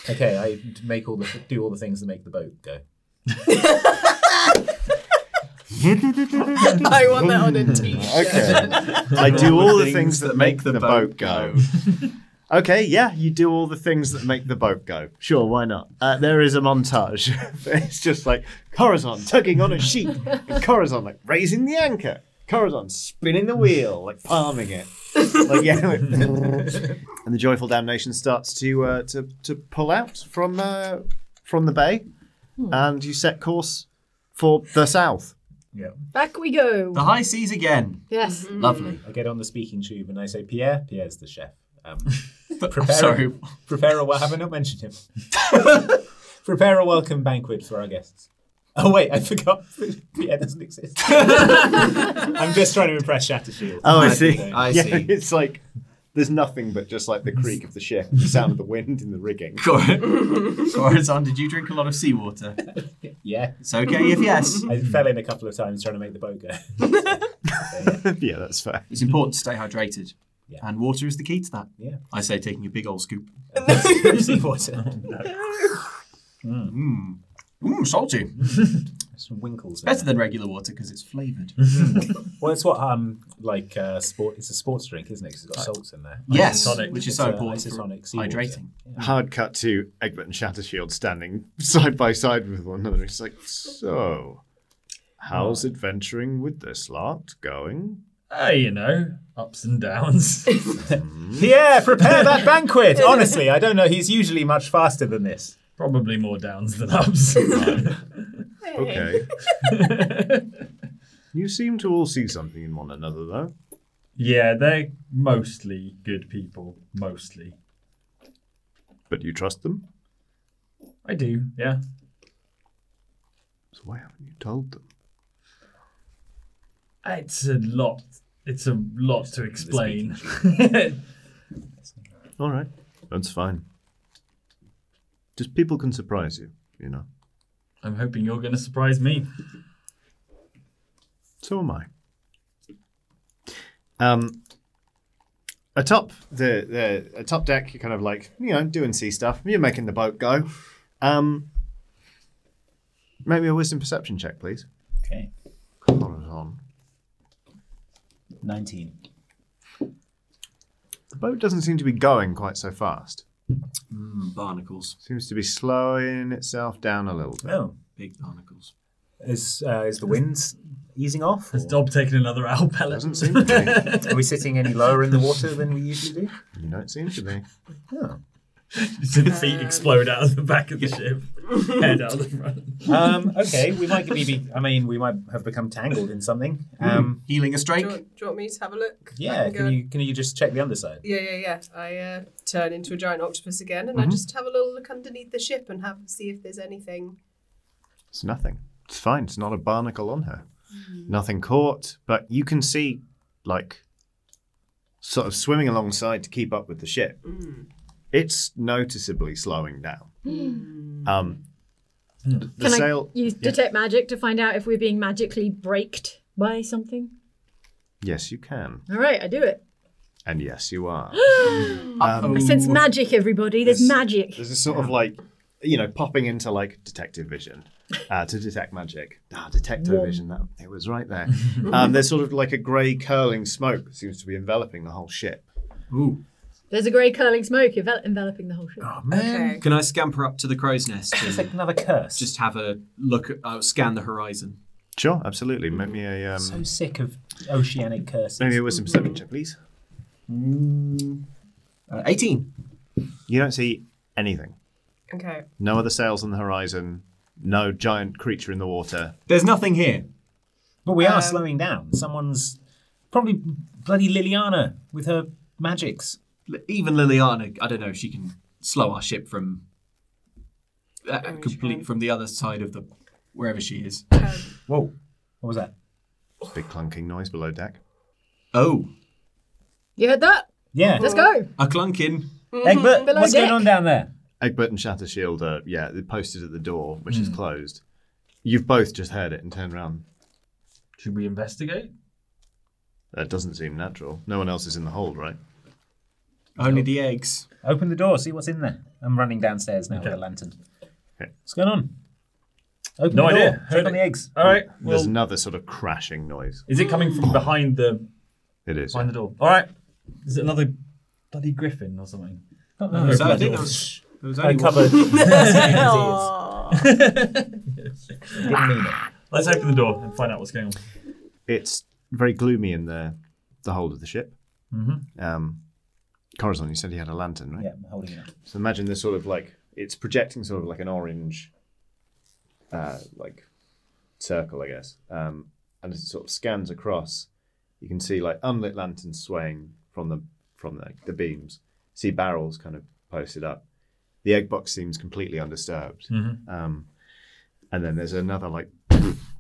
okay, I make all the do all the things that make the boat go.
I want that on a t shirt.
Okay. I do all the things that make the
boat
boat go. Okay, yeah, you do all the things that make the boat go. Sure, why not? Uh, there is a montage. it's just like Corazon tugging on a sheet, and Corazon like raising the anchor, Corazon spinning the wheel, like palming it. Like yeah, like, and the joyful damnation starts to uh, to to pull out from uh, from the bay, and you set course for the south.
Yeah.
Back we go.
The high seas again.
Yes.
Lovely.
I get on the speaking tube and I say, Pierre. Pierre's the chef. Um,
I'm
prepare.
sorry.
Prepare a. Well, have I not mentioned him? prepare a welcome banquet for our guests. Oh wait, I forgot. Pierre doesn't exist. I'm just trying to impress Shatter Shield.
Oh, I
see.
see.
I
yeah,
see.
It's like there's nothing but just like the creak of the ship, the sound of the wind in the rigging.
Cor- Corazon, did you drink a lot of seawater?
Yeah.
It's okay if yes.
I fell in a couple of times trying to make the boat go.
yeah, that's fair.
It's important to stay hydrated.
Yeah.
And water is the key to that.
Yeah.
I say taking a big old scoop.
Seawater.
Mmm, salty.
There's some winkles. in
Better
it.
than regular water because it's flavoured.
Well, it's what um like uh, sport. It's a sports drink, isn't it? Because it's got salts in there.
yes,
Isotonic.
which is
It's
so
a
important for
isotonic seawater.
hydrating.
Hard cut to Egbert and Shattershield standing side by side with one another. It's like, so, how's adventuring with this lot going?
Uh, you know, ups and downs.
Pierre, prepare that banquet. Honestly, I don't know. He's usually much faster than this.
Probably more downs than ups.
Okay. you seem to all see something in one another, though.
yeah, they're mostly good people. Mostly.
But you trust them?
I do, yeah.
So why haven't you told them?
It's a lot. It's a lot to explain.
All right. That's fine. Just people can surprise you, you know.
I'm hoping you're going to surprise me.
So am I. Um, atop the the atop deck, you're kind of like you know doing sea stuff. You're making the boat go. Um, make me a wisdom perception check, please.
Okay.
Hold on.
19.
The boat doesn't seem to be going quite so fast.
Mm, barnacles.
Seems to be slowing itself down a little bit.
Oh,
Big barnacles.
is uh, is the wind easing off?
Has
or-
Dob taken another owl pellet?
Doesn't seem to
Are we sitting any lower in the water than we usually do?
be. You don't seem to be.
Did the feet explode out of the back of the ship? Head out of the front.
Um, okay, we might be. be- I mean, we might have become tangled in something. Um,
Healing a
Do you,
strike.
want, do you want me to have a look? I
yeah,
go-
can you can you just check the underside?
Yeah, yeah, yeah. I uh, turn into a giant octopus again, and I
Mm-hmm.
just have a little look underneath the ship and have see if there's anything.
It's nothing. It's fine. It's not a barnacle on her.
Mm-hmm.
Nothing caught, but you can see, like, sort of swimming alongside to keep up with the ship.
Mm.
It's noticeably slowing down. Um, th- the
Mm. Can
sail.
I use detect magic to find out if we're being magically braked by something?
Yes, you can,
All right, I do it.
and yes, you are.
I sense magic, everybody. There's
Yes.
magic.
There's a sort of like, you know, popping into like detective vision uh, to detect magic. Ah, detective vision. That it was right there. um, there's sort of like a grey curling smoke that seems to be enveloping the whole ship.
Ooh.
There's a grey curling smoke envel- enveloping the whole ship.
Okay.
Can I scamper up to the crow's nest
It's
and
like another curse.
just have a look, at, uh, scan the horizon?
Sure, absolutely. Make me a um,
so sick of oceanic curses.
Maybe a wisdom perception check, please.
Uh, 18.
You don't see anything.
Okay.
No other sails on the horizon. No giant creature in the water.
There's nothing here.
But we are slowing down. Someone's probably bloody Liliana with her magics.
L- Even Liliana, I don't know if she can slow our ship from uh, complete from the other side of the wherever she is.
Whoa, what was that?
Big clunking noise below deck.
Oh,
You heard that?
Yeah,
Let's go.
a clunking.
Egbert,
below
what's going
deck.
on down there?
Egbert and Shattershield are, yeah, they're posted at the door, which is closed. You've both just heard it and turned around.
Should we investigate?
That doesn't seem natural. No one else is in the hold, right?
Only the eggs.
Open the door, see what's in there. I'm running downstairs now with a lantern.
Okay.
What's going on? Open
No
the door.
idea.
Check
Heard
on
it.
the eggs.
All right.
There's
Well,
another sort of crashing noise.
is it coming from behind the
It is.
behind the door? All right. Is it another bloody griffin or something?
So I think there was, there was only one.
Let's open the door and find out what's going on.
It's very gloomy in the the hold of the ship. Mm-hmm. Um, Corazon, you said he had a lantern, right?
Yeah, I'm holding it up.
So imagine this sort of like it's projecting sort of like an orange, uh, like circle, I guess. Um, and as it sort of scans across, you can see like unlit lanterns swaying from the from like the beams. See barrels kind of posted up. The egg box seems completely undisturbed.
Mm-hmm.
Um, and then there's another like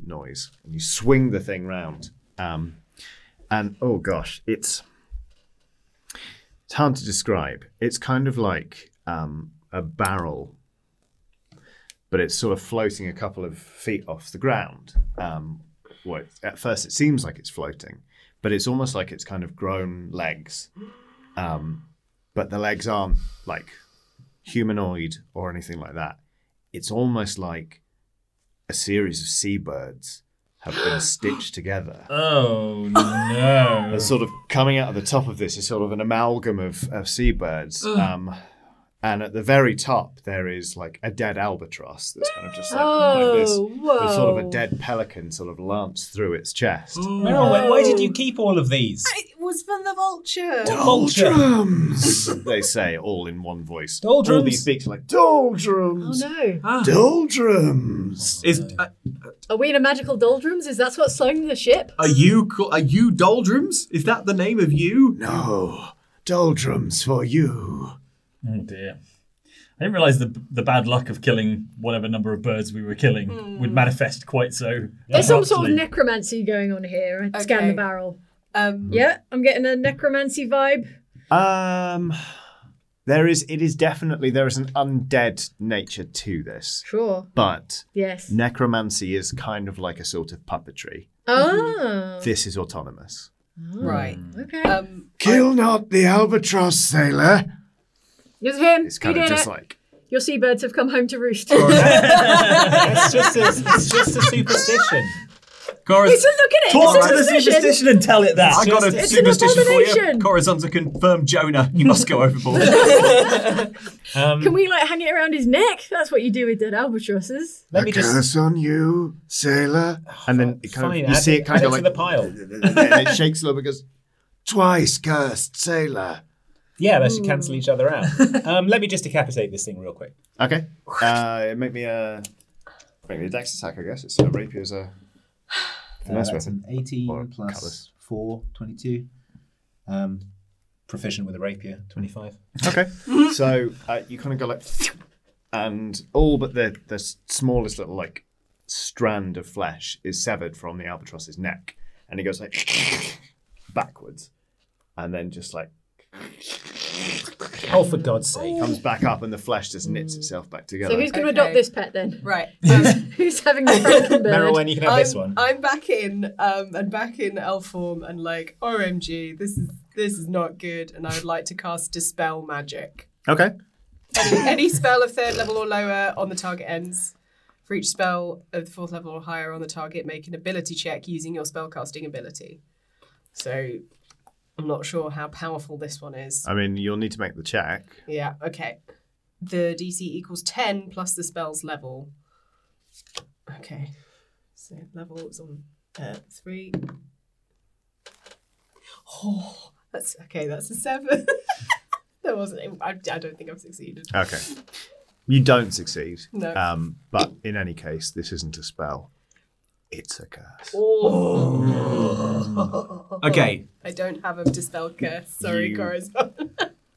noise, and you swing the thing round. Um, and oh gosh, it's it's hard to describe. It's kind of like um, a barrel, but it's sort of floating a couple of feet off the ground. Um, well, at first it seems like it's floating, but it's almost like it's kind of grown legs. Um, but the legs aren't like humanoid or anything like that. It's almost like a series of seabirds have been stitched together.
Oh no.
And sort of coming out of the top of this is sort of an amalgam of, of seabirds. Um, and at the very top, there is like a dead albatross that's kind of just like, like this.
Oh,
With sort of a
whoa.
dead pelican sort of lanced through its chest.
Meryl, why, why did you keep all of these?
It was for the vulture.
Doldrums! they say all in one voice.
Doldrums. Ah.
All these beaks are like,
Oh
Doldrums!
no.
Doldrums!
Is uh,
Are we in a magical doldrums? Is that what's slowing the ship?
are you ca- are you doldrums? Is that the name of you?
No, doldrums for you.
Oh dear. I didn't realize the the bad luck of killing whatever number of birds we were killing would manifest quite so.
Hmm. There's some sort of
abruptly.
necromancy going on here. I Scan
Okay.
the barrel.
Um,
Yeah, I'm getting a necromancy vibe.
Um, there is. It is definitely there is an undead nature to this,
Sure.
but
Yes.
necromancy is kind of like a sort of puppetry.
Oh.
This is autonomous.
Right.
Okay.
Mm. Um,
Kill not the albatross, sailor.
it's him.
It's
He
kind
did
of just
it.
like
Your seabirds have come home to roost.
It's just a, it's just a superstition.
Coraz-
So look at it.
Talk
it's
to
a
the
superstition.
superstition and tell it that.
I got a
It's an
superstition for you.
abomination.
Corazon's a confirmed Jonah. You must go overboard.
Um,
Can we like hang it around his neck? That's what you do with dead albatrosses.
let me just
on you, sailor. And then it kind
Oh, fine,
of you
add
see it kind
add
of
to
like
the pile.
and it shakes a little bit. Goes twice cursed, sailor.
Yeah, they should cancel each other out. Um, let me just decapitate this thing real quick.
Okay. Uh, make me a make me a dex attack. I guess it's a rapier's a finesse
that's
weapon.
an 18
Or
plus
cutlass.
4, 22. Um, proficient with a rapier, 25.
Okay. so uh, you kind of go like, and all but the the s- smallest little like strand of flesh is severed from the albatross's neck, and he goes like backwards, and then just like
Oh, for God's sake.
comes back up, and the flesh just knits itself back together.
So who's going to
Okay.
adopt this pet then? Um,
right. Um,
who's having the
Meryl,
Frankenbird?
when you can have
I'm,
this one.
I'm back in, um, and back in elf form, and like, OMG, this is this is not good, and I would like to cast dispel magic.
okay.
Any spell of third level or lower on the target ends. For each spell of the fourth level or higher on the target, make an ability check using your spellcasting ability. So, I'm not sure how powerful this one is.
I mean, you'll need to make the check.
Yeah, okay. The DC equals 10 plus the spell's level. Okay. So level is on uh, 3. Oh, that's okay, that's a 7. that wasn't, I, I don't think I've succeeded.
Okay. You don't succeed.
No.
Um, but in any case, this isn't a spell. It's a curse.
okay,
I don't have a dispel curse. Sorry,
You-
Corazon.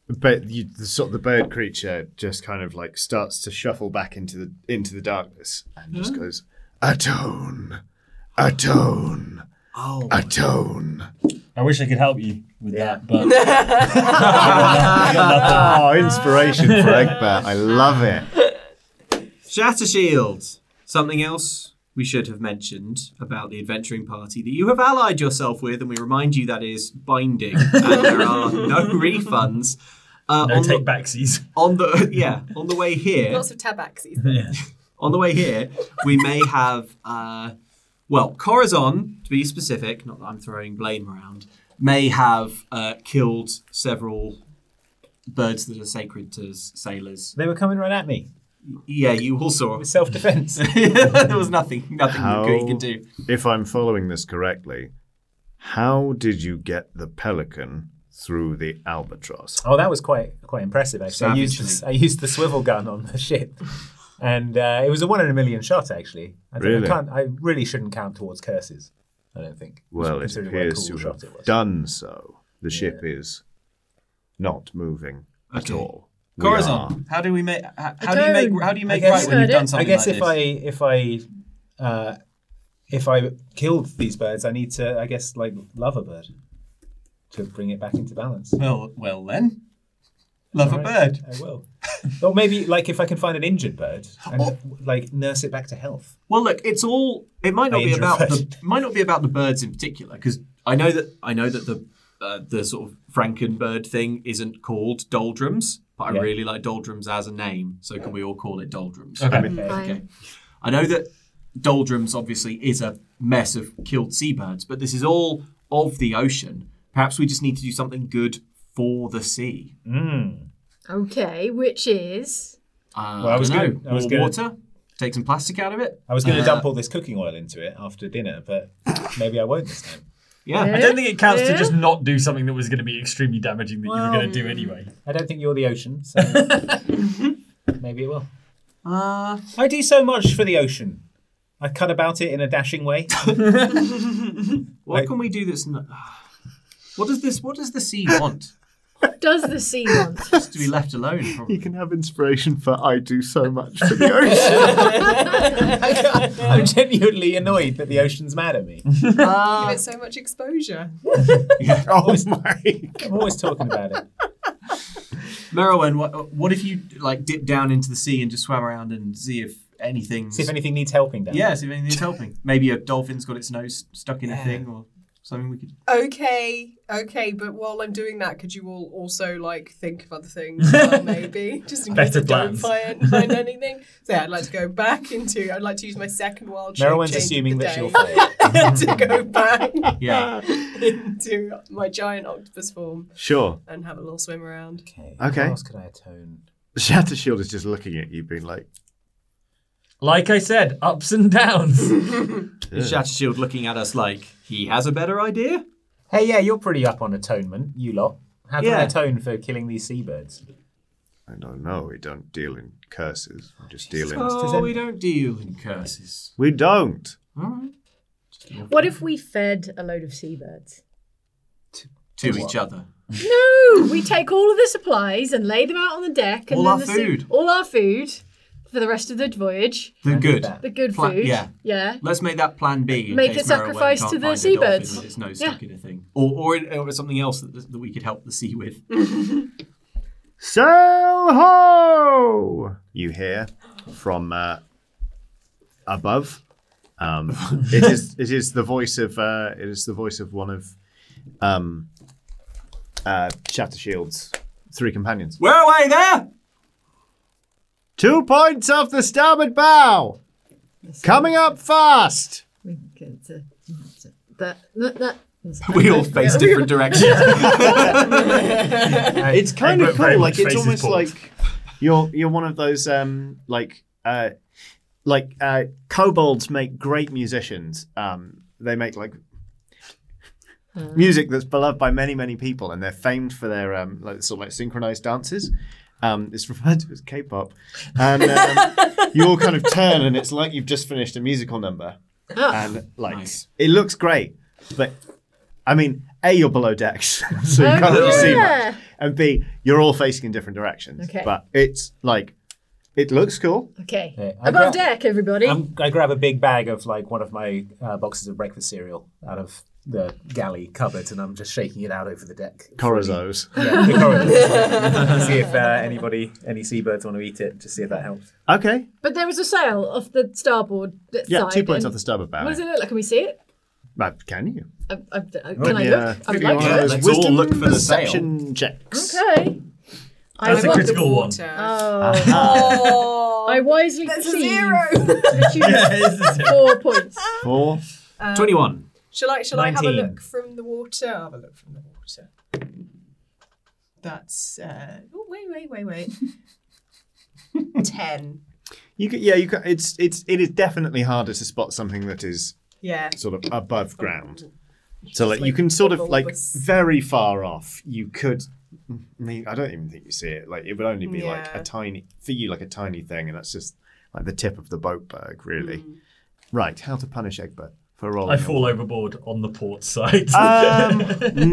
But you, the sort of the bird creature just kind of like starts to shuffle back into the into the darkness and just goes, atone, atone,
Oh.
atone.
I wish I could help you with that, but
Oh, inspiration for Egbert! I love it.
Shatter Shield. Something else we should have mentioned about the adventuring party that you have allied yourself with, and we remind you that is binding, and there are no refunds. Uh,
no
on,
take
the,
backsies.
on the yeah, on the way here,
Lots of tabaxis.
on the way here, we may have, uh, well, Corazon, to be specific, not that I'm throwing blame around, may have uh, killed several birds that are sacred to s- sailors.
They were coming right at me.
Yeah, you also.
It's self defense.
there was nothing, nothing you could- you could do.
If I'm following this correctly, how did you get the pelican through the albatross?
Oh, that was quite quite impressive. Actually, I used, the, I
Savagely.
used the swivel gun on the ship, and uh, it was a one in a million shot. Actually, I, don't-
Really?
I can't. I really shouldn't count towards curses. I don't think.
Well, it
Considering what a
appears
cool
to
shot it
have
was.
done so. The ship is not moving at
Okay.
all. We are-
Corazon, how do we make? How, how do you
don't-
make? How do you
I
make
guess-
right when you've done
I
something?
guess
like
if
this?
I if I uh, if I killed these birds, I need to. I guess like love a bird to bring it back into balance.
well, well then, love a
All right,
bird.
I will. or maybe like if I can find an injured bird and like nurse it back to health.
Well, look, it's all. It might not be
Danger
about the.
bird.
Might not be about the birds in particular, because I know that I know that the uh, the sort of Frankenbird thing isn't called doldrums, but I
Yeah.
really like doldrums as a name. So can we all call it doldrums?
Okay.
Okay. I know that doldrums obviously is a mess of killed seabirds, but this is all of the ocean. Perhaps we just need to do something good for the sea.
Okay, which is
Uh,
Well, I was
don't know,
gonna- I was
more
gonna-
water. Take some plastic out of it.
I was going to
Uh,
dump all this cooking oil into it after dinner, but maybe I won't this time.
Yeah.
Yeah.
I don't think it counts to
Yeah.
just not do something that was going to be extremely damaging that you were going to do anyway.
I don't think you're the ocean, so maybe it will.
Uh,
I do so much for the ocean. I cut about it in a dashing way.
what can we do that's not? What does this? What does the sea want?
does the sea want?
Just to be left alone. Probably.
You can have inspiration for I do so much for the ocean.
I'm genuinely annoyed that the ocean's mad at me.
Give it so much exposure.
oh my!
I'm always talking about it.
Merowyn, what, what if you like dip down into the sea and just swam around and see if anything?
See if anything needs helping down
Yeah, see if anything's helping. Maybe a dolphin's got its nose stuck in a thing or something. We could.
Okay, okay, but while I'm doing that, could you all also like think of other things, as well, maybe, just in case
Better
I
plans.
don't find, find anything? So yeah, I'd like to go back into. I'd like to use my second wild shape.
there. Merowyn's
change of
assuming
the
that she'll
day
fail.
to go back
Yeah.
into my giant octopus form
Sure.
and have a little swim around.
Okay.
Okay.
How else could I atone?
Shatter Shield is just looking at you, being like,
Like I said, ups and downs.
Is Shatter Shield looking at us like he has a better idea?
Hey, yeah, you're pretty up on atonement, you lot. How can
Yeah.
I atone for killing these seabirds?
I don't know. We don't deal in curses. We just deal in.
Oh, we don't deal in curses.
We don't.
All right.
What if we fed a load of seabirds?
To each other.
No, we take all of the supplies and lay them out on the deck, and
All
then
our
the sea-
food.
all our food for the rest of the voyage,
The good.
that.
the good
Pla-
food.
yeah.
yeah.
Let's make that plan B. in
Make
case
a sacrifice to
Merowyn can't
the
find a
seabirds.
dolphin with its nose stuck in a thing. Or, or, or something else that, that we could help the sea with.
Sail ho! You hear from uh, above. Um, it is it is the voice of uh, it is the voice of one of um, uh, Shatter Shield's three companions.
Where away there?
Two points off the starboard bow, coming up fast.
That, that, that.
We all face different directions.
It's kind
Egbert
of
very
cool. Like
much
it's
faces
almost
forward.
like you're you're one of those um like uh like uh kobolds make great musicians. Um, they make like music that's beloved by many many people, and they're famed for their um like, sort of like synchronized dances. Um, it's referred to as K-pop, and um, you all kind of turn, and it's like you've just finished a musical number, and like
Nice.
it looks great, but I mean, a you're below decks, so you can't really see much
Oh, Yeah.
and B, you're all facing in different directions.
Okay.
But it's like, it looks cool.
Okay.
Yeah, I
Above
gra-
deck, everybody.
I'm, I grab a big bag of like one of my uh, boxes of breakfast cereal out of the galley cupboard, and I'm just shaking it out over the deck.
Corazos.
Yeah, the corridor. see if uh, anybody, any seabirds, want to eat it. Just see if that helps.
Okay.
but there was a sail off the starboard th-
Yeah,
side.
two points
and-
off the starboard bow.
What does it look like? Can we see it?
But can you?
I, I, I- can I
Yeah.
look? I would
Give
like
me one of
to.
those
Let's all
wisdom
look for the sail.
perception checks.
Okay. I
That's
wa-
a
want the
critical one.
water.
Oh,
Oh,
I wisely
that's a
choose
zero.
to choose four points.
Four.
21.
Shall I? Shall I have
19.
a look from the water? I'll have a look from the water. That's uh, oh, wait, wait, wait, wait. Ten.
You could, yeah, you could, it's it's it is definitely harder to spot something that is
Yeah.
sort of above ground. So like,
Just
you
like
can sort of
bubble
like
was-
very far off. You could. I mean, I don't even think you see it. Like it would only be like
Yeah.
a tiny for you, like a tiny thing, and that's just like the tip of the boat berg, really.
Mm.
Right, how to punish Egbert for rolling?
I
a
fall overboard on the port side.
Uh,
Um,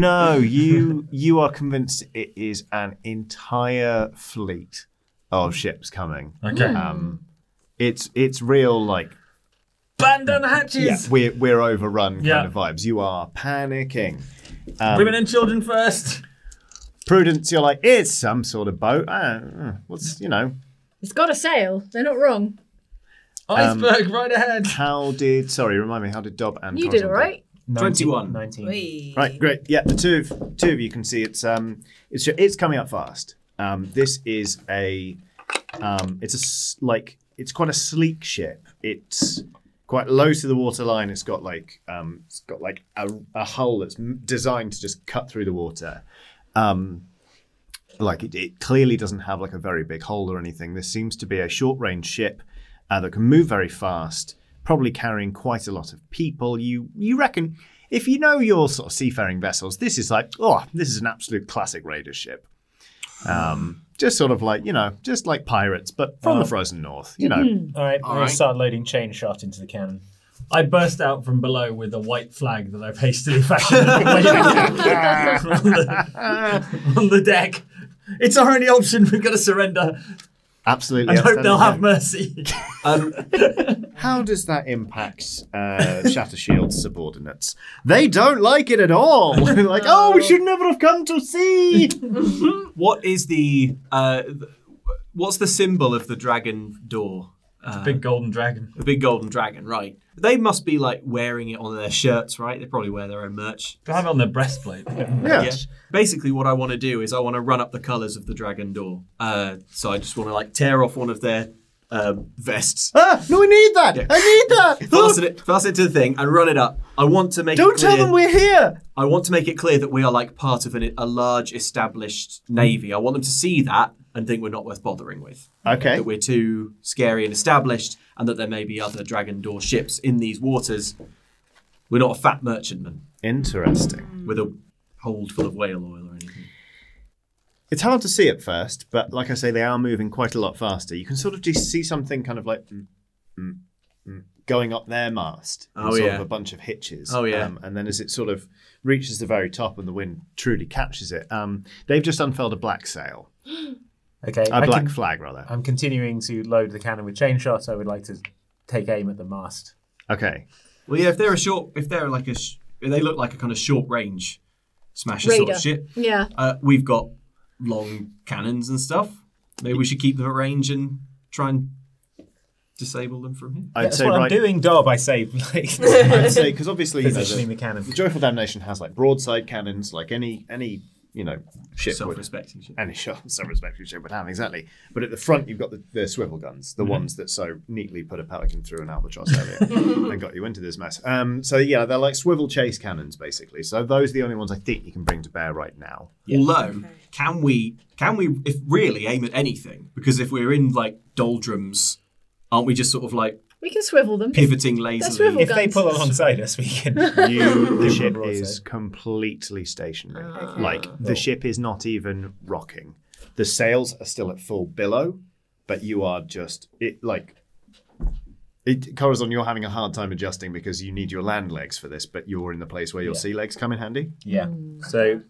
no, you you are convinced it is an entire fleet of ships coming.
okay.
Mm.
Um, it's it's real like
Abandon hatches.
yeah, we're we're overrun
Yeah.
kind of vibes. You are panicking. Um,
Women and children first.
Prudence, you're like it's some sort of boat. I don't know. what's you know?
It's got a sail. They're not wrong.
Um,
Iceberg right ahead.
How did sorry remind me? How did Dob and
You
Cosmo
did
do?
all right.
21.
19.
Wee.
Right, great. Yeah, the two of two of you can see it's um it's it's coming up fast. Um, this is a um it's a s- like it's quite a sleek ship. It's quite low to the water line. It's got like um, it's got like a, a hull that's m- designed to just cut through the water. Um, like it, it clearly doesn't have like a very big hole or anything. This seems to be a short range ship uh, that can move very fast, probably carrying quite a lot of people. You you reckon if you know your sort of seafaring vessels, this is like oh, this is an absolute classic raider ship. Um, just sort of like you know, just like pirates, but from
Oh.
the frozen north. You know,
All right, I'm
right.
going to start loading chain shot into the cannon. I burst out from below with a white flag that I've hastily fashioned and waving on, the, on the deck. It's our only option. We've got to surrender
absolutely.
and hope
outstanding
they'll
game.
have mercy.
How does that impact uh, Shatter Shield's subordinates? They don't like it at all. They're like, oh, we should never have come to sea.
What is the uh, th- what's the symbol of the dragon door? Uh,
Big golden dragon.
the big golden dragon, right? They must be like wearing it on their shirts, right? They probably wear their own merch.
They have it on their breastplate.
Yeah.
Basically, what I want to do is I want to run up the colours of the dragon door. Uh, so I just want to like tear off one of their um, vests,
Ah, no, we need that.
Yeah.
I need that.
fasten it, fasten it to the thing, and run it up. I want to make.
Don't
it
tell
clear-
them we're here.
I want to make it clear that we are like part of an, a large established navy. I want them to see that and think we're not worth bothering with.
Okay.
That we're too scary and established, and that there may be other Dragon Door ships in these waters. We're not a fat merchantman
Mm.
Interesting.
with a hold full of whale oil or anything.
It's hard to see at first, but like I say, they are moving quite a lot faster. You can sort of just see something kind of like mm, mm, mm, going up their mast. and
Oh,
sort
yeah.
of a bunch of hitches. Um,
Oh, yeah.
and then as it sort of reaches the very top and the wind truly catches it, um, they've just unfurled a black sail,
Okay.
a
I
black
can-
flag rather.
I'm continuing to load the cannon with chain shot. I would like to take aim at the mast.
Okay.
Well, yeah, if they're a short, if they're like a, sh- if they look like a kind of short range smasher sort
Raider.
of ship.
Yeah.
Uh, we've got long cannons and stuff. Maybe we should keep them at range and try and disable them from here.
I'd
That's
say
what I'm
right.
doing, Dob. I say, like,
I'd say because obviously you know,
Positioning
the,
the cannon.
the Joyful Damnation has like broadside cannons, like any any you know ship would,
Self-respecting ship.
any shot self-respecting ship would have exactly. But at the front you've got the, the swivel guns, the ones that so neatly put a pelican through an albatross earlier and got you into this mess. Um, so yeah, they're like swivel chase cannons basically. So those are the only ones I think you can bring to bear right now.
Although, can we can we if really aim at anything? Because if we're in like doldrums, aren't we just sort of like
We can swivel them.
pivoting
They're
lazily?
swivel
if they
guns.
pull alongside us, we can.
You, the ship
broadside.
is completely stationary. Like the ship is not even rocking. The sails are still at full billow, but you are just it like it Corazon, you're having a hard time adjusting because you need your land legs for this, but you're in the place where your sea legs come in handy.
Yeah. So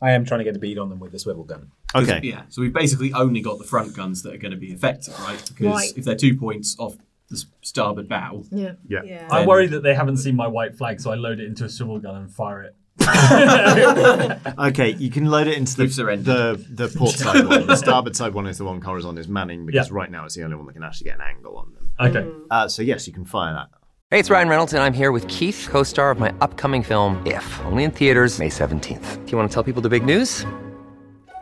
I am trying to get a bead on them with the swivel gun.
Okay.
Yeah. So we've basically only got the front guns that are going to be effective, right? Because
Right.
if they're two points off the s- starboard bow,
Yeah.
Yeah.
Yeah.
I'm worried that they haven't seen my white flag, so I load it into a swivel gun and fire it.
Okay, you can load it into
We've surrendered.
the the port side one. The starboard side one is the one Corazon is manning because right now it's the only one that can actually get an angle on them.
Okay.
Mm.
Uh, so yes, you can fire that.
Hey, it's Ryan Reynolds, and I'm here with Keith, co star of my upcoming film, If, only in theaters, May 17th. Do you want to tell people the big news?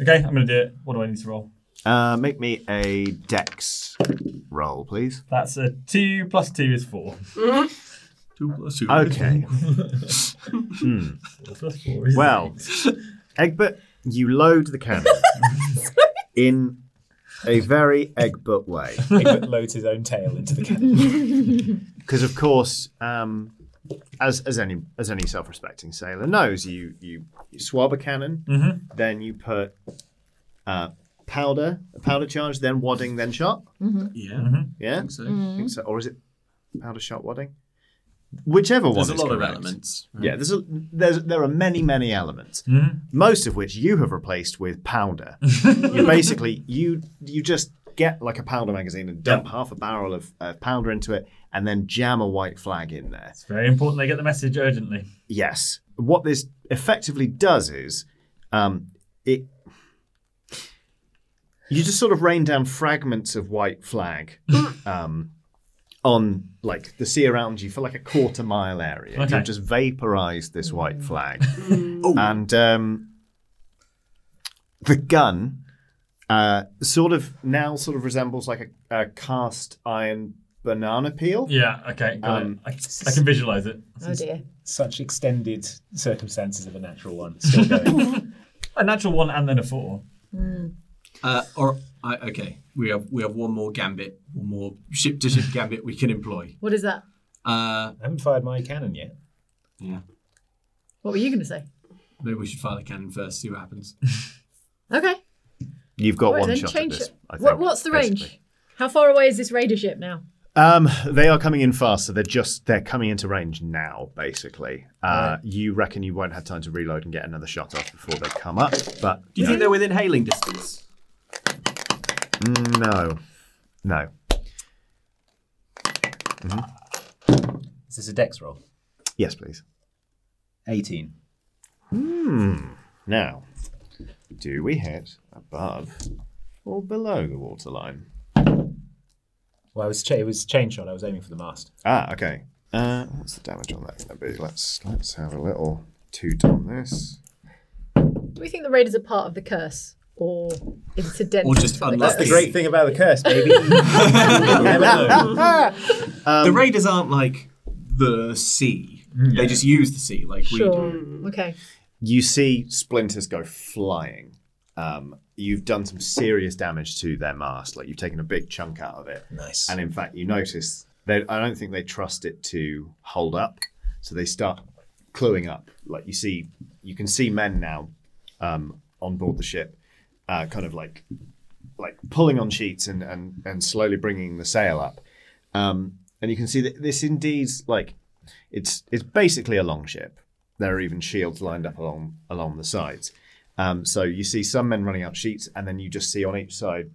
Okay, I'm going to do it. What do I need to roll?
Uh, make me a dex roll, please.
That's a two plus two is four.
two plus two.
Okay.
Four plus four is
Well, Egbert, you load the cannon in a very Egbert way.
Egbert loads his own tail into the cannon.
Because, of course, um, as as any as any self-respecting sailor knows, you you, you swab a cannon,
Mm-hmm.
Mhm.
then you put uh, powder, a powder charge, then wadding, then shot.
Mhm. Yeah.
Mm-hmm.
Mhm.
yeah.
Think so.
Think so. Or is it powder shot wadding? Whichever one.
There's a
is
lot of
correct.
elements, right?
Yeah, there's a, there's there are many many elements,
Mhm.
most of which you have replaced with powder. you basically you you just get like a powder magazine and dump half a barrel of uh, powder into it, and then jam a white flag in there.
Very important they get the message urgently.
Yes. What this effectively does is um, it. You just sort of rain down fragments of white flag
Mm.
um, on like the sea around you for like a quarter mile area.
Okay.
You've just vaporized this white flag,
Mm.
and um, the gun uh, sort of now sort of resembles like a, a cast iron banana peel.
Yeah, okay, got
Um,
it. I, I can visualize it.
Oh dear.
Such extended circumstances of a natural one. Still going.
a natural one and then a four.
Uh, or I, okay, we have we have one more gambit, one more ship to ship gambit we can employ.
What is that?
Uh, I
haven't fired my cannon yet.
Yeah,
What were you going to say?
maybe we should fire the cannon first, see what happens.
Okay.
You've got
Right,
one
then
shot
change
at this.
it.
I think,
what, what's the range? How far away is this raider ship now?
Um, they are coming in fast, so they're just they're coming into range now. Basically, uh, you reckon you won't have time to reload and get another shot off before they come up. But
Do you think they're within hailing distance?
Mm, no, no. Mhm.
Is this a dex roll?
Yes, please.
18.
Hmm. Now, do we hit above or below the waterline?
Well, I was cha- it was chain shot. I was aiming for the mast.
Ah, okay. Uh, what's the damage on that going to be? Let's let's have a little toot on this.
Do we think the raiders are part of the curse or incidental? to the
That's the
curse?
great thing about the curse, baby.
the raiders aren't like the sea; they just use the sea like we do.
Sure. Okay.
You see splinters go flying. Um, you've done some serious damage to their mast. Like you've taken a big chunk out of it.
Nice.
And in fact, you notice they. I don't think they trust it to hold up, so they start cluing up. Like you see, you can see men now um, on board the ship, uh, kind of like like pulling on sheets and and and slowly bringing the sail up. Um, and you can see that this indeed like it's it's basically a long ship. There are even shields lined up along along the sides. Um, so you see some men running out sheets, and then you just see on each side,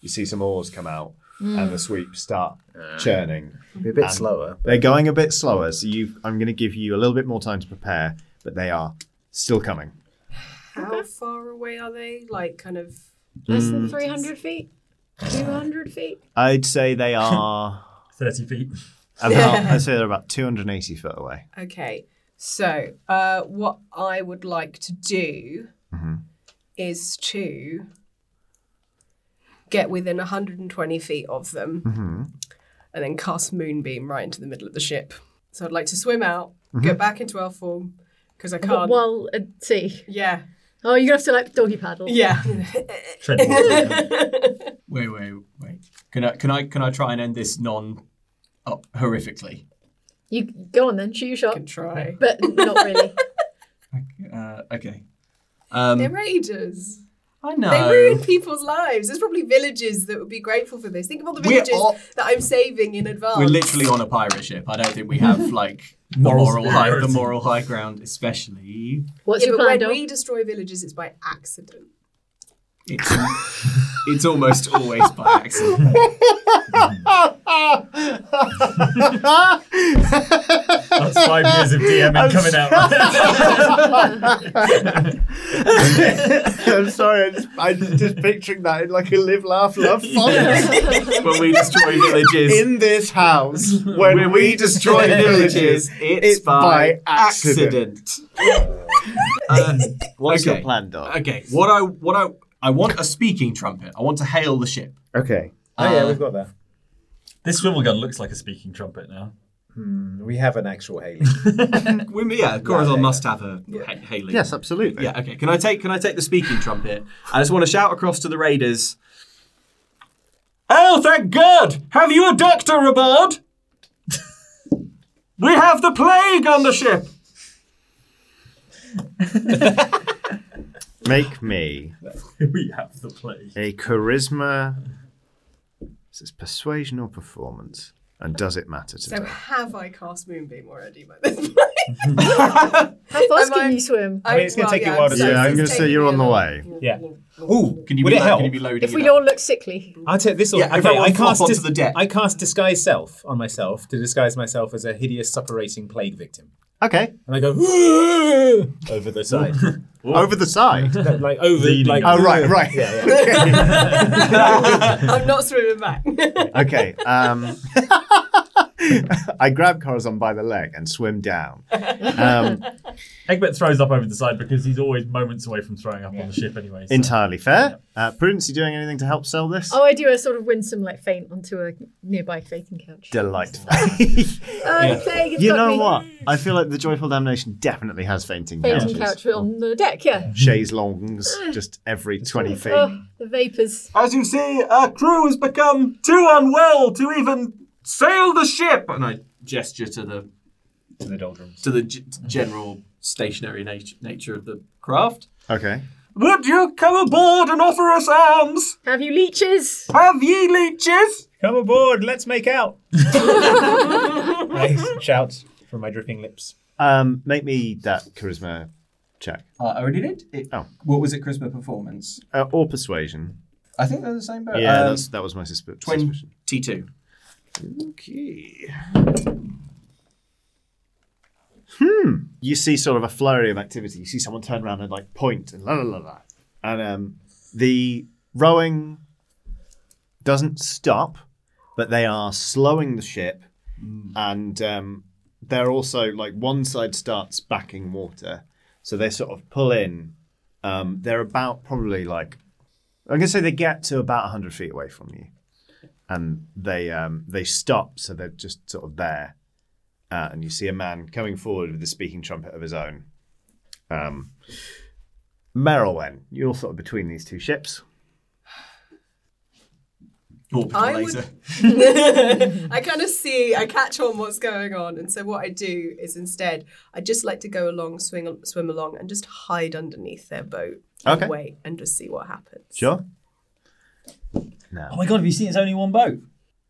you see some oars come out,
Mm.
and the sweeps start churning.
Be a bit
And
slower,
They're going a bit slower, so you. I'm going to give you a little bit more time to prepare, but they are still coming.
How far away are they? Like, kind of.
Less than Mm.
300 feet? 200 feet?
I'd say they are
thirty feet.
About, I'd say they're about 280 foot away.
Okay. So, uh, what I would like to do
Mm-hmm.
Mhm.
is to get within 120 feet of them
Mm-hmm.
and then cast Moonbeam right into the middle of the ship. So, I'd like to swim out,
Mm-hmm.
Mhm.
get back into elf form because I
But
can't.
While at sea.
Yeah.
uh, Oh, you're going to have to like doggy paddle.
Yeah.
Wait, wait, wait. Can I can I can I try and end this non up horrifically?
you go on then, shoot your shot. Can
try.
But not really.
Uh, okay. Um,
They're raiders.
I
They
know.
ruin people's lives. There's probably villages that would be grateful for this. Think of all the
We're
villages
all-
that I'm saving in advance.
We're literally on a pirate ship. I don't think we have like the moral high, the
superiority.
moral high ground, especially.
yeah,
your
but
plan,
when
Dom?
we destroy villages, it's by accident.
It's, it's almost always by accident.
That's five years of DMing coming out.
I'm sorry, I just, I'm just picturing that in like a live, laugh, love font.
when we destroy villages.
In this house, when, we, destroy villages,
it's,
it's
by,
by
accident. Uh,
What's
okay.
your plan, Doc?
Uh, Okay, what I what I I want a speaking trumpet. I want to hail the ship.
Okay.
Oh yeah,
Uh,
we've got that.
This swivel gun looks like a speaking trumpet now.
Hmm, we have an actual Haley.
We, yeah, Corazon must have a ha- hailing.
Yes, absolutely.
Yeah. Okay. Can I take Can I take the speaking trumpet? I just want to shout across to the raiders. Oh, thank God! Have you a doctor aboard?
We have the plague on the ship.
Make me
we have the plague.
a charisma. Is this persuasion or performance? And does it matter today?
So have I cast Moonbeam already by this point?
How fast
Am I-
can you swim?
I mean, it's gonna take you a while to-
Yeah, I'm going to say you're on the way.
Yeah. Ooh, can you would
be
it
lo-
help?
can you be
If we all look sickly.
I'll take this.
Yeah,
Yeah,
if
okay,
I
I
flop
cast
onto
dis-
the deck.
I cast disguise self on myself to disguise myself as a hideous suppurating plague victim.
Okay.
And I go over the side.
over the side,
like over. Like, uh,
Oh, right, right.
Yeah, yeah.
I'm not swimming back.
Okay. Um, I grab Corazon by the leg and swim down. Um,
Egbert throws up over the side because he's always moments away from throwing up on the ship anyway. so-
entirely fair. Uh, Prudence, you doing anything to help sell this?
Oh, I do a sort of winsome like feint onto a nearby fainting couch.
Delightful.
Oh, the plague has
you
got
know
me.
what? I feel like the Joyful Damnation definitely has fainting
Fainting
couches.
couch on the deck, yeah.
Chaise longs, just every 20 feet.
Oh, the vapors.
As you see, our crew has become too unwell to even sail the ship. And I gesture to the
to the doldrums
to the g- general stationary nat- nature of the craft.
Okay.
Would you come aboard and offer us alms?
Have you leeches?
Have ye leeches?
Come aboard. Let's make out. I shout from my dripping lips.
Um, make me that charisma check.
Uh, I already did. It,
oh.
What was it, Charisma Performance?
Uh, or persuasion.
I think they're the same
Uh,
boat.
Yeah,
Um,
that's, that was my susp- suspicion.
22.
Okay. Hmm. You see sort of a flurry of activity. You see someone turn around and like point and la la la la. And um, the rowing doesn't stop, but they are slowing the ship. And um, they're also like one side starts backing water. So they sort of pull in. Um, they're about probably like, I'm going to say they get to about 100 feet away from you and they um, they stop, so they're just sort of there, uh, and you see a man coming forward with a speaking trumpet of his own. Um, Merylwen, you're sort of between these two ships.
Orbital
I would-
Oh, laser.
I kind of see, I catch on what's going on, and so what I do is instead, I just like to go along, swing, swim along, and just hide underneath their boat and
Okay.
wait and just see what happens.
Sure.
Oh my god, have you seen it's only one boat?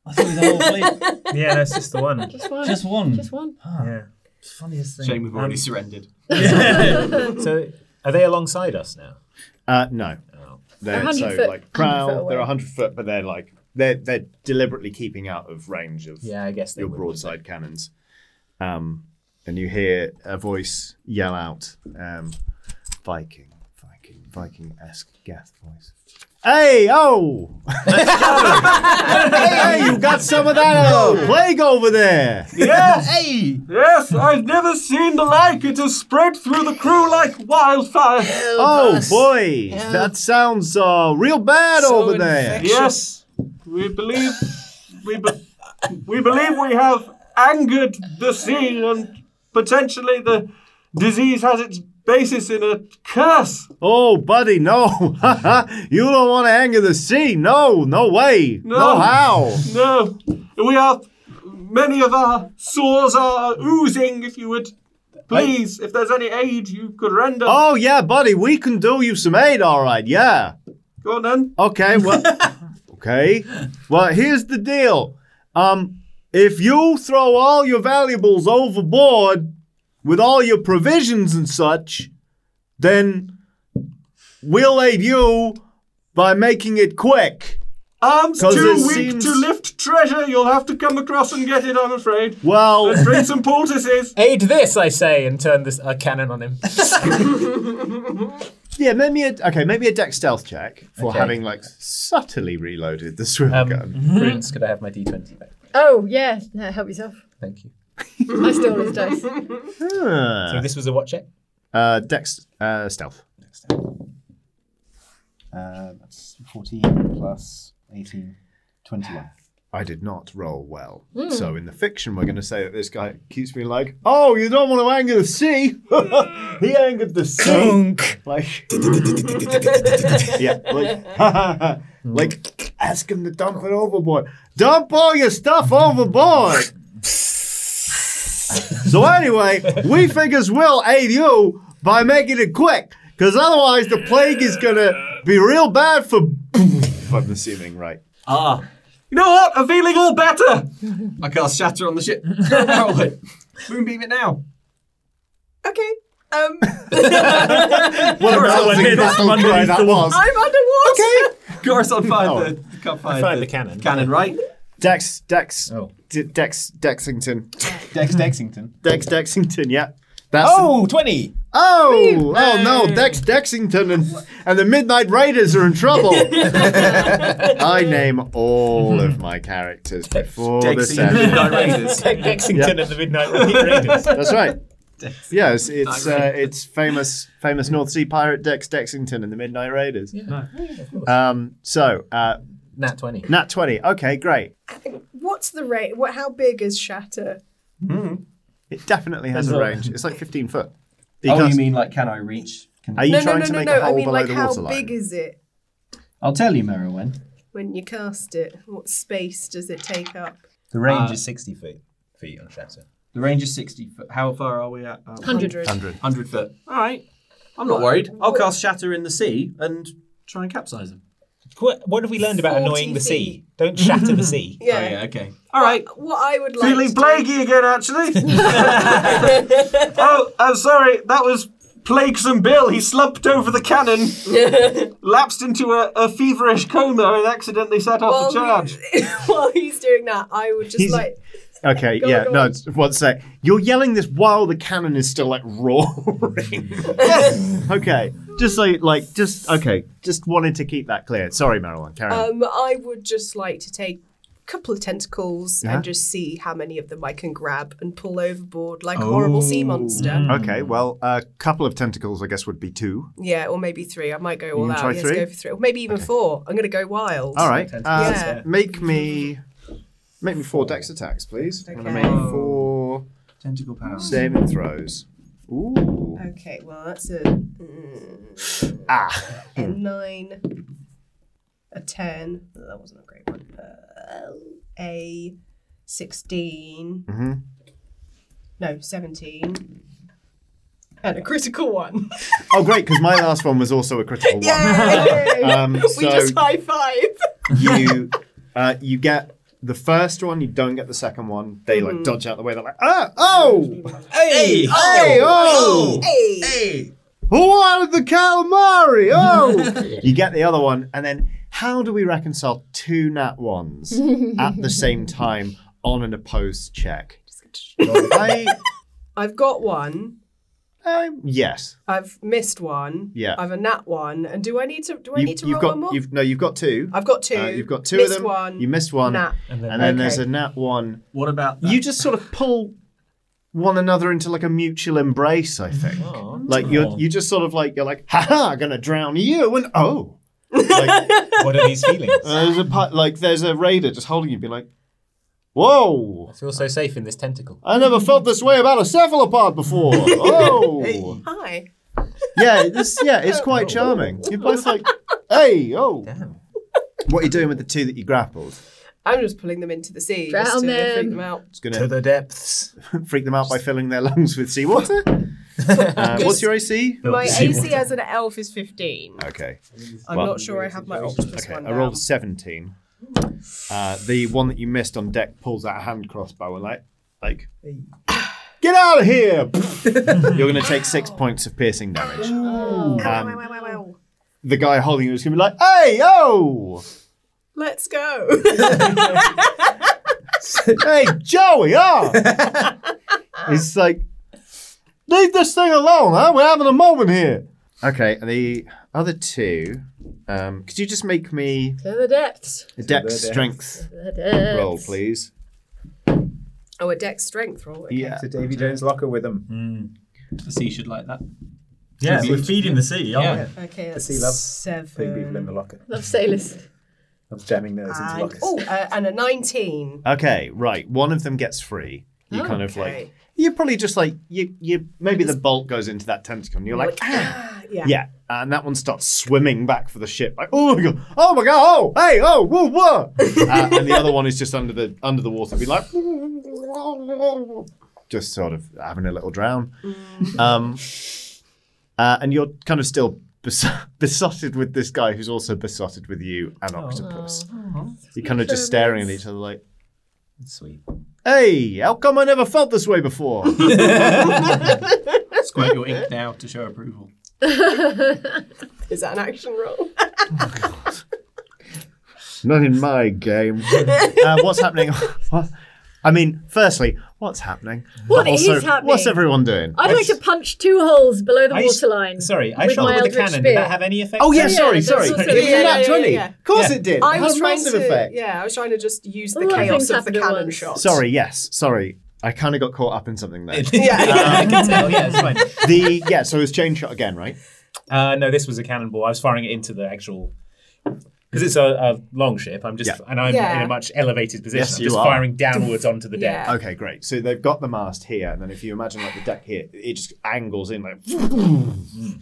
I thought it was a whole fleet.
Yeah, that's just the one.
Just one.
Just one.
Just one.
Yeah. It's the funniest thing.
Shame we've already
Um,
surrendered.
So are they alongside us now?
Uh, no,
A
they're
hundred
so
foot- hundred
like
foot
prow. They're
away.
hundred foot, but they're like they're they're deliberately keeping out of range of
Yeah, I guess they
your
would,
broadside cannons. Um, and you hear a voice yell out, um, "Viking, Viking, Viking-esque gas voice." Hey, oh! hey, you got some of that old plague over there?
Yes!
hey!
Yes, I've never seen the like. It has spread through the crew like wildfire.
Oh boy, that sounds uh, real bad
So
over there.
Yes, we believe we be- we believe we have angered the sea, and potentially the disease has its basis in a curse.
Oh, buddy, no. you don't want to anger the sea. No, no way. No, how.
No, we are. Many of our sores are oozing. If you would, please, if there's any aid you could render,
Oh, yeah, buddy, we can do you some aid, all right, yeah.
go on then.
Okay, well, okay. Well, here's the deal. Um, if you throw all your valuables overboard with all your provisions and such, then we'll aid you by making it quick.
Arms
'Cause
too
it
weak
seems-
to lift treasure. You'll have to come across and get it, I'm afraid.
Well,
Let's bring some poultices.
Aid this, I say, and turn this a cannon on him.
Yeah, make me a okay, maybe a deck stealth check for
Okay.
having like subtly reloaded the swivel gun.
Prudence, Um, could I have my d20 back?
Oh, yeah. No, help yourself.
Thank you.
I stole his dice.
Ah.
So this was a what check?
uh, dex uh, stealth.
uh, that's 14 plus 18 21
I did not roll well, so in the fiction we're going to say that this guy keeps being like, "Oh, you don't want to anger the sea." he angered the sea. Like, yeah, like, like, ask him to dump it overboard. Dump all your stuff overboard. So anyway, we figures we'll aid you by making it quick, because otherwise the plague is gonna be real bad for. I'm assuming, right?
Ah. You know what? I'm feeling all better. I cast Shatter on the ship. Go roll it. Moonbeam it now.
Okay. Um,
What a rousing battle cry that was.
I'm underwater.
Okay. Coruscant fired the can't
I
fired the,
cannon.
Cannon, right?
Dex, Dex,
Oh.
D- Dex, Dexington. Dex, Dexington. Dex, Dexington, yeah. That's
Oh, 20.
Oh, oh no, Dex, Dexington and, and the Midnight Raiders are in trouble. I name all of my characters before the
Dexing
session.
Midnight Raiders. Dexington
Yeah.
and the Midnight Raiders.
That's right. Yes, it's
Midnight
uh, it's famous famous North Sea pirate Dex Dexington and the Midnight Raiders. Um, so uh,
Nat 20.
Nat 20. Okay, great.
What's the rate? What? How big is Shatter?
It definitely has
There's
a
a-
range. It's like 15 foot.
Oh, you
Because-
mean like can I reach? Can
Are you
no,
trying
no, no,
to
no,
make
no.
a hole
I mean,
below
like,
the
how
water line?
big is it
I'll tell you, Merowyn.
when you cast it? What space does it take up?
The range
Uh,
is 60 feet, feet on Shatter. The range is 60 foot. How far are we at? Um,
100.
100. 100 foot. All right. I'm not worried. I'll cast Shatter in the sea and try and capsize him.
Qu- What have we learned about
40
annoying the sea?
feet.
Don't shatter the sea.
Yeah.
Oh, yeah, okay.
All right. What, what I would like.
Feeling
to
plaguey again, actually. oh, I'm sorry. That was Plaguesome Bill. He slumped over the cannon, lapsed into a, a feverish coma, and accidentally set off
Well,
a charge.
While he's doing that, I would just
He's-
like.
Okay,
Go on,
yeah,
go
no,
on.
it's- one sec. You're yelling this while the cannon is still like roaring. okay, just so, like, just, okay, just wanted to keep that clear. Sorry, Marilyn, carry on.
Um, I would just like to take a couple of tentacles
Yeah.
and just see how many of them I can grab and pull overboard like a horrible
Oh.
sea monster.
Okay, well, a couple of tentacles, I guess, would be two.
Yeah, or maybe three. I might go all
can
out.
try
yes,
three?
go for three. Or maybe even four. I'm going to go wild.
All right, uh,
yeah.
make me, make me four dex attacks, please. I'm gonna
Okay.
make four
tentacle power
saving throws. Ooh,
Okay, well, that's a, mm,
ah,
a nine, a ten. No, That wasn't a great one. Uh, a 16.
Mhm.
No, 17. And a critical one.
oh great, because my last one was also a critical one.
Yay!
Um,
we
so-
just high five.
you uh, you get the first one, you don't get the second one. They
Mm.
like dodge out the way. They're like, ah, oh,
Hey!
hey, oh,
hey,
who wanted the calamari? Oh, you get the other one, and then how do we reconcile two nat ones at the same time on an opposed check? I,
I've got one.
um, yes,
I've missed one.
Yeah.
I've a nat one. And do I need to? Do I
you,
need to
you've
roll
got
one more?
you've no, you've got two.
I've got two.
Uh, you've got two
Missed
of them.
one.
You missed one,
Nat.
and
And
then,
then-
there's
Okay.
a nat one.
What about
you? Just sort of pull one another into like a mutual embrace. I think.
Oh,
Like you're you just sort of like you're like, ha ha, gonna drown you, and oh,
what are these feelings?
Uh, there's a pi- like there's a raider just holding you, being like, whoa,
I feel so safe in this tentacle.
I never felt this way about a cephalopod before. Oh,
Hi.
yeah, this yeah, it's
Oh.
quite charming. You're both like, hey, oh. What are you doing with the two that you grappled?
I'm just pulling them into the sea. just
Drown
to
them.
Freak them out.
It's gonna to the depths. Freak them out by filling their lungs with seawater. uh, what's your AC?
My AC as an elf is 15.
Okay.
I'm
Well-
not sure I have my octopus
Okay,
one.
I rolled a 17. Uh, the one that you missed on deck pulls out a hand crossbow and like, like, get out of here! You're going to take six points of piercing damage. Um, the guy holding you is going to be like, hey, oh!
Let's go.
hey, Joey, oh! it's like, leave this thing alone, huh? We're having a moment here. Okay, and the other two, um, could you just make me
To the depths.
a dex strength
To the depths.
roll, please?
Oh, a deck strength roll. Okay.
Yeah.
So
Davy Jones locker with them.
Mm.
The sea should like that.
Yeah,
Tribute.
we're feeding the sea, aren't we?
Okay,
The
that's
sea loves putting
seven.
people in the locker.
Love sailors.
Loves jamming theirs into
And,
lockers.
oh, uh, and a 19.
Okay, right. One of them gets free. You
Oh,
kind of
okay.
like you're probably just like you you maybe the bolt goes into that tentacle and you're like ah
yeah.
yeah and that one starts swimming back for the ship like oh my god oh my god oh hey oh whoa whoa uh, and the other one is just under the under the water be like just sort of having a little drown. Um, uh, and you're kind of still bes- besotted with this guy who's also besotted with you, an octopus. You're kind of just staring at each other like,
Sweet.
hey, how come I never felt this way before?
Squirt your ink now to show approval.
Is that an action roll?
Not in my game. uh, what's happening? What- I mean, firstly, what's happening?
What
But
is
also,
happening?
What's everyone doing?
I'd like to punch two holes below the
I s-
waterline.
Sorry, I
with
shot
my
with a
Eldritch
cannon.
Spear.
Did that have any effect?
Oh, yeah, sorry, sorry.
also- yeah, yeah, yeah, yeah.
Of course it did.
I
It
was
had
trying
massive
to,
effect.
yeah, I was trying to just use the
Lots of
chaos
things
of the
happened at
cannon
once.
shot.
Sorry, yes, sorry. I kind of got caught up in something there.
Yeah, yeah, I can
tell, yeah, it's fine.
The yeah, so it was chain shot again, right?
Uh, no, this was a cannonball. I was firing it into the actual. Because it's a, a long ship, I'm just and I'm
Yeah.
in a much elevated position.
Yes,
I'm
you
just
are.
firing downwards onto the deck.
Okay, great. So they've got the mast here, and then if you imagine like the deck here, it just angles in like.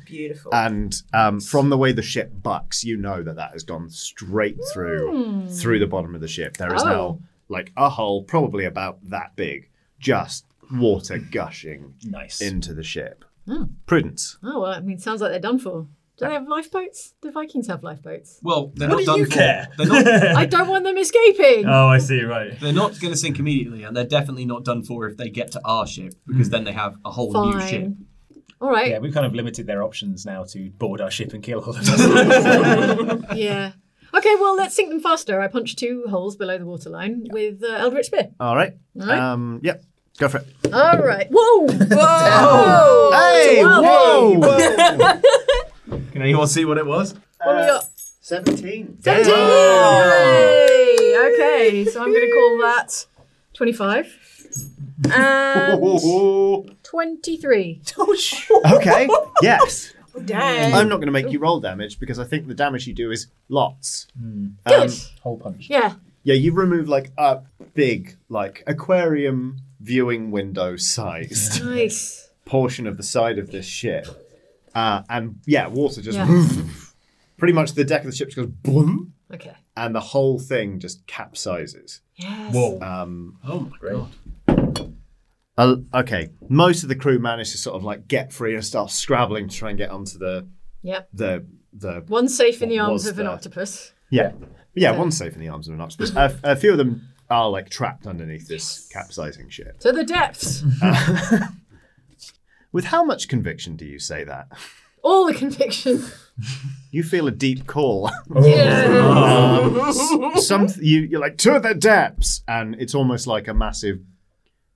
Beautiful.
And um, from the way the ship bucks, you know that that has gone straight through
Mm.
through the bottom of the ship. There is
Oh.
now like a hole, probably about that big, just water gushing
nice
into the ship.
Oh.
Prudence.
Oh well, I mean, sounds like they're done for. Do they have lifeboats? Do Vikings have lifeboats?
Well, they're
What
not
do
done
you
for.
care?
They're not.
I don't want them escaping.
Oh,
I
see. Right.
They're not going to sink immediately, and they're definitely not done for if they get to our ship because then they have a whole new ship.
Hmm. Fine. All right.
Yeah, we've kind of limited their options now to board our ship and kill all of us.
yeah. Okay, well, let's sink them faster. I punch two holes below the waterline with uh, Eldritch Spear.
All right.
All right.
Um, yep. Go for it.
All right. Whoa!
Whoa! Hey,
Wow.
whoa!
Can anyone see what it was?
What we got?
17.
17! Yay!
oh,
Okay, so I'm going to call that 25. And 23.
Okay. Yes.
Dang.
I'm not going to make you
Oh.
roll damage because I think the damage you do is lots. Um,
Good.
Hole punch.
Yeah.
Yeah, you remove like a big, like aquarium viewing window sized
Nice.
portion of the side of this ship. Uh, and yeah, water just
Yeah.
pretty much the deck of the ship just goes boom,
Okay.
and the whole thing just capsizes.
Yes.
Um,
oh my god.
Uh, okay, most of the crew manage to sort of like get free and start scrabbling to try and get onto the
Yep.
the the
One safe in the
what
arms
was
of an
the-
octopus.
Yeah, yeah, one's safe in the arms of an octopus. a, a few of them are like trapped underneath this capsizing ship.
To the depths.
With how much conviction do you say that?
All the conviction.
You feel a deep call.
Yeah.
Um, s- some you, you're like to the depths, and it's almost like a massive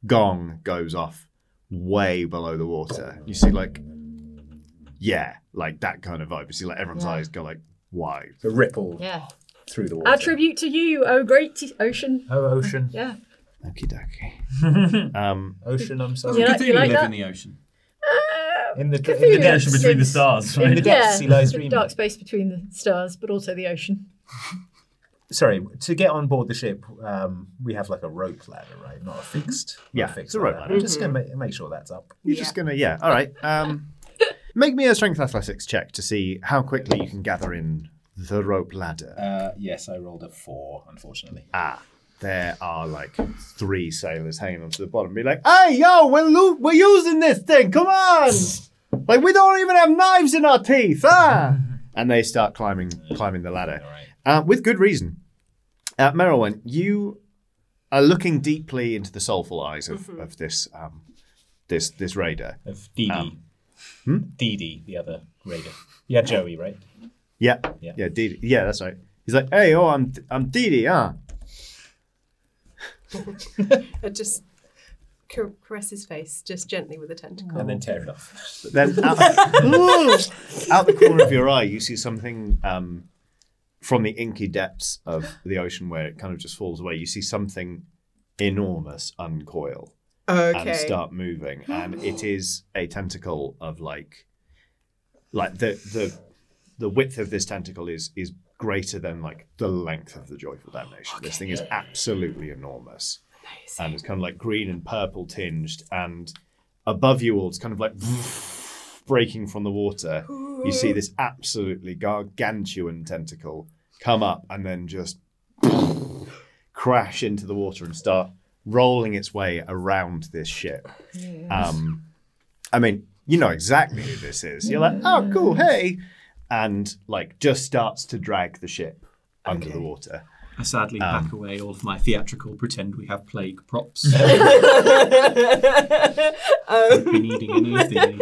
gong goes off way below the water. You see, like yeah, like that kind of vibe. You see, like everyone's
Yeah.
eyes go like wide,
the ripple
Yeah.
through the
Our tribute to you, oh great ocean.
Oh, ocean.
Yeah.
Um,
ocean, I'm sorry.
You like- you like that?
the ocean.
In the,
Cthulhu
in the depths.
sings.
In the depths, he lies
the
dreaming.
Dark space between the stars, but also the ocean.
Sorry, to get on board the ship, um, we have like a rope ladder, right? Not a fixed. not
Yeah,
a fixed
it's a rope ladder.
I'm just going to make, make sure that's up.
You're just gonna, yeah. All right. Um, make me a strength athletics check to see how quickly you can gather in the rope ladder.
Uh, yes, I rolled a four, unfortunately.
Ah, there are like three sailors hanging onto the bottom. Be like, hey, yo, we're lo- we're using this thing. Come on, like we don't even have knives in our teeth, ah. and they start climbing climbing the ladder, uh, with good reason. Uh, Merowyn, you are looking deeply into the soulful eyes of, of this um, this this raider
of DD.
Hmm?
Dee Dee, Um, the other raider. Yeah, Joey, right?
Yeah. Yeah. Yeah. Didi. Yeah, that's right. He's like, hey, oh, I'm I'm Didi, huh?
I just ca- caress his face just gently with a tentacle.
And then tear it off.
But then out, out the corner of your eye, you see something um, from the inky depths of the ocean where it kind of just falls away. You see something enormous uncoil
Okay.
Mm. and start moving, and it is a tentacle of like, like the the the width of this tentacle is is greater than like the length of the joyful damnation. This thing is absolutely enormous, and it's kind of like green and purple tinged, and above you all, it's kind of like breaking from the water. You see this absolutely gargantuan tentacle come up and then just crash into the water and start rolling its way around this ship. Um, I mean, you know exactly who this is. You're like, oh, cool, hey. And like just starts to drag the ship under the water.
I sadly
Um,
pack away all of my theatrical pretend we have plague props. I've been eating any of these.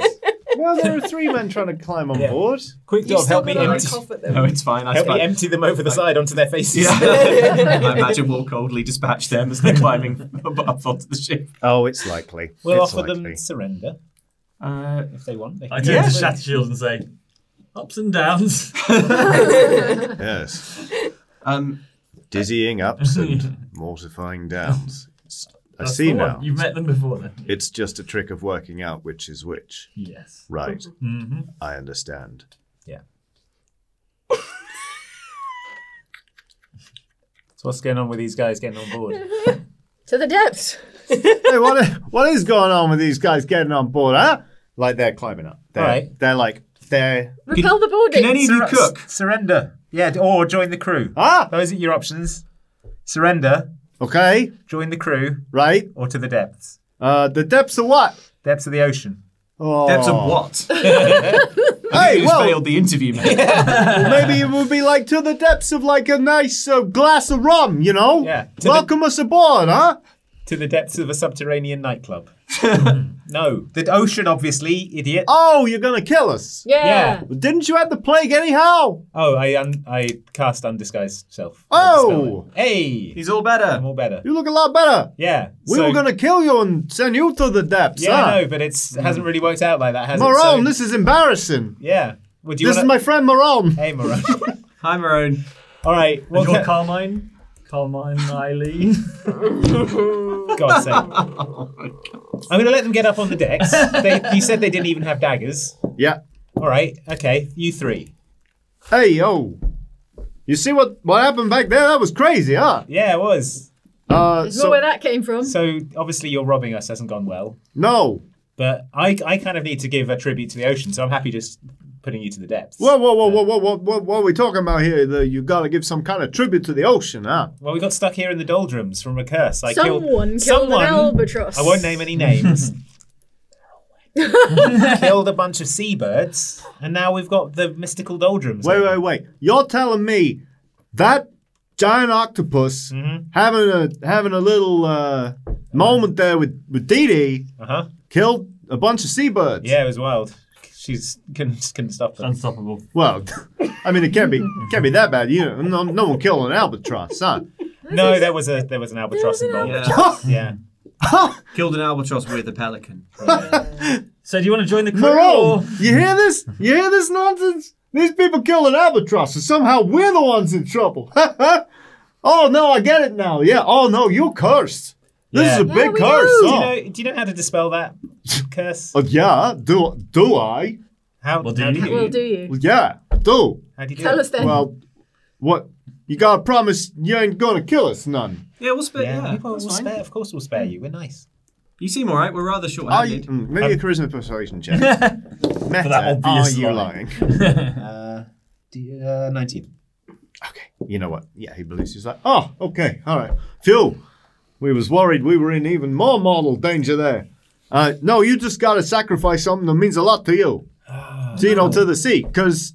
Well, there are three men trying to climb on board.
Quick
You
job,
still
help me
gotta, like,
empty.
cough at them. No, it's fine, I
Help me
suppose.
empty them over the side onto their faces.
Yeah. I imagine we'll coldly dispatch them as they're climbing up, up onto the ship.
Oh, it's likely.
We'll
It's
offer them
likely.
surrender
uh,
if they want. They
I
can
turn
do
to
it.
Shatter Shield and say, ups and downs.
Yes.
Um,
Dizzying ups and mortifying downs. It's- I
That's
see
the one.
now.
You've met them before then.
It's just a trick of working out which is which.
Yes.
Right.
Mm-hmm.
Mhm.
I understand.
So what's going on with these guys getting on board?
To the depths.
hey, what, what is going on with these guys getting on board, huh? Like they're climbing up. They're,
Right.
they're like, they're.
Repel the boarding.
Surra- s- Surrender. Yeah, or join the crew.
Ah!
Those are your options. Surrender.
Okay.
Join the crew.
Right.
Or to the depths.
Uh, the depths of what?
Depths of the ocean.
Oh.
Depths of what?
Hey,
Who's
well-
failed the interview, mate?
Maybe it would be like to the depths of like a nice uh, glass of rum, you know? Yeah. Welcome us aboard, huh?
To the depths of a subterranean nightclub. no. The ocean, obviously, idiot.
Oh, you're going to kill us.
Yeah. Yeah.
Well, didn't you have the plague anyhow?
Oh, I un- I cast undisguised self.
Oh!
Hey!
He's all better.
I'm all better.
You look a lot better.
Yeah.
We
so-
were going to kill you and send you to the depths,
Yeah,
huh?
I know, but it's hasn't really worked out like that, has it?
Marone,
So-
this is embarrassing.
Yeah. Would you
this
wanna-
is my friend Marone.
Hey, Marone.
Hi, Marone.
All right.
Well,
Well,
you want
ca-
Carmine? Carmine, Eileen.
God's sake. I'm going to let them get up on the decks. they, you said they didn't even have daggers.
Yeah.
All right. Okay. You three.
Hey, yo. You see what, what happened back there? That was crazy, huh?
Yeah, it was.
Uh,
There's more where that came from.
So obviously, your robbing us hasn't gone well.
No.
But I, I kind of need to give a tribute to the ocean, so I'm happy just putting you to the depths.
Whoa, whoa, whoa, whoa, whoa, whoa, whoa, what are we talking about here? The, you gotta give some kind of tribute to the ocean, huh?
Well, we got stuck here in the doldrums from a curse. I
someone
killed,
killed,
someone.
an albatross.
I won't name any names. killed a bunch of seabirds, and now we've got the mystical doldrums.
Wait, wait, wait. You're telling me that giant octopus
Mm-hmm.
having a having a little uh, moment there with, with Dee Dee
Uh
Uh-huh.
huh.
killed a bunch of seabirds?
Yeah, it was wild. She's couldn't, couldn't stop them.
Unstoppable.
Well, I mean, it can't be can't be that bad. You know, no, no one killed an albatross, huh?
No, there was a there was an albatross involved.
albatross.
Yeah.
Killed an albatross with a pelican.
So do you want to join the crew?
Moreau, you hear this? You hear this nonsense? These people killed an albatross, and somehow we're the ones in trouble. oh no, I get it now. Yeah. Oh no, you're cursed. This is a
Yeah,
big
we
curse.
know.
huh?
Do, you know, do you know how to dispel that curse?
Uh, yeah, do do I?
How, well, do you?
Will do you?
Well, yeah, I do.
How do you do
Tell
it?
us then.
Well, what? You gotta promise you ain't gonna kill us none.
Yeah, we'll spare.
Yeah,
Yeah,
we will-
that's
we'll
fine.
spare. Of course, we'll spare you. We're nice.
You seem all right. We're rather
Are you,
short-handed.
mm, maybe a charisma persuasion check. Meta, are
obvious
you
line.
lying?
Uh, d- uh, Nineteen.
You know what? Yeah, he believes. He's like, oh, okay, all right. Phew, we was worried we were in even more mortal danger there. Uh, no, you just gotta sacrifice something that means a lot to you. so, you know, to the sea, because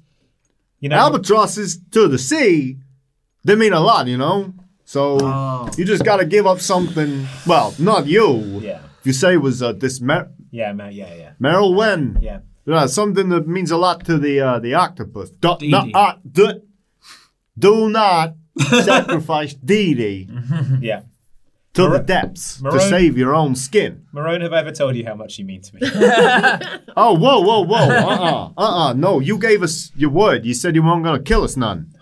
You know,
albatrosses to the sea, they mean a lot, you know. So
Oh.
you just gotta give up something. Well, not you.
Yeah.
You say it was uh, this Mer-
Yeah, ma- yeah, yeah,
Meryl Wen.
yeah.
Yeah, something that means a lot to the uh, the octopus. Do
Dee
not,
Dee.
uh, do, do not sacrifice Dee Dee
Yeah.
to the depths to
Maroon-
save your own skin.
Marone, have I ever told you how much you mean to me?
Oh, whoa, whoa, whoa. Uh uh-uh, uh. No, you gave us your word. You said you weren't going to kill us none.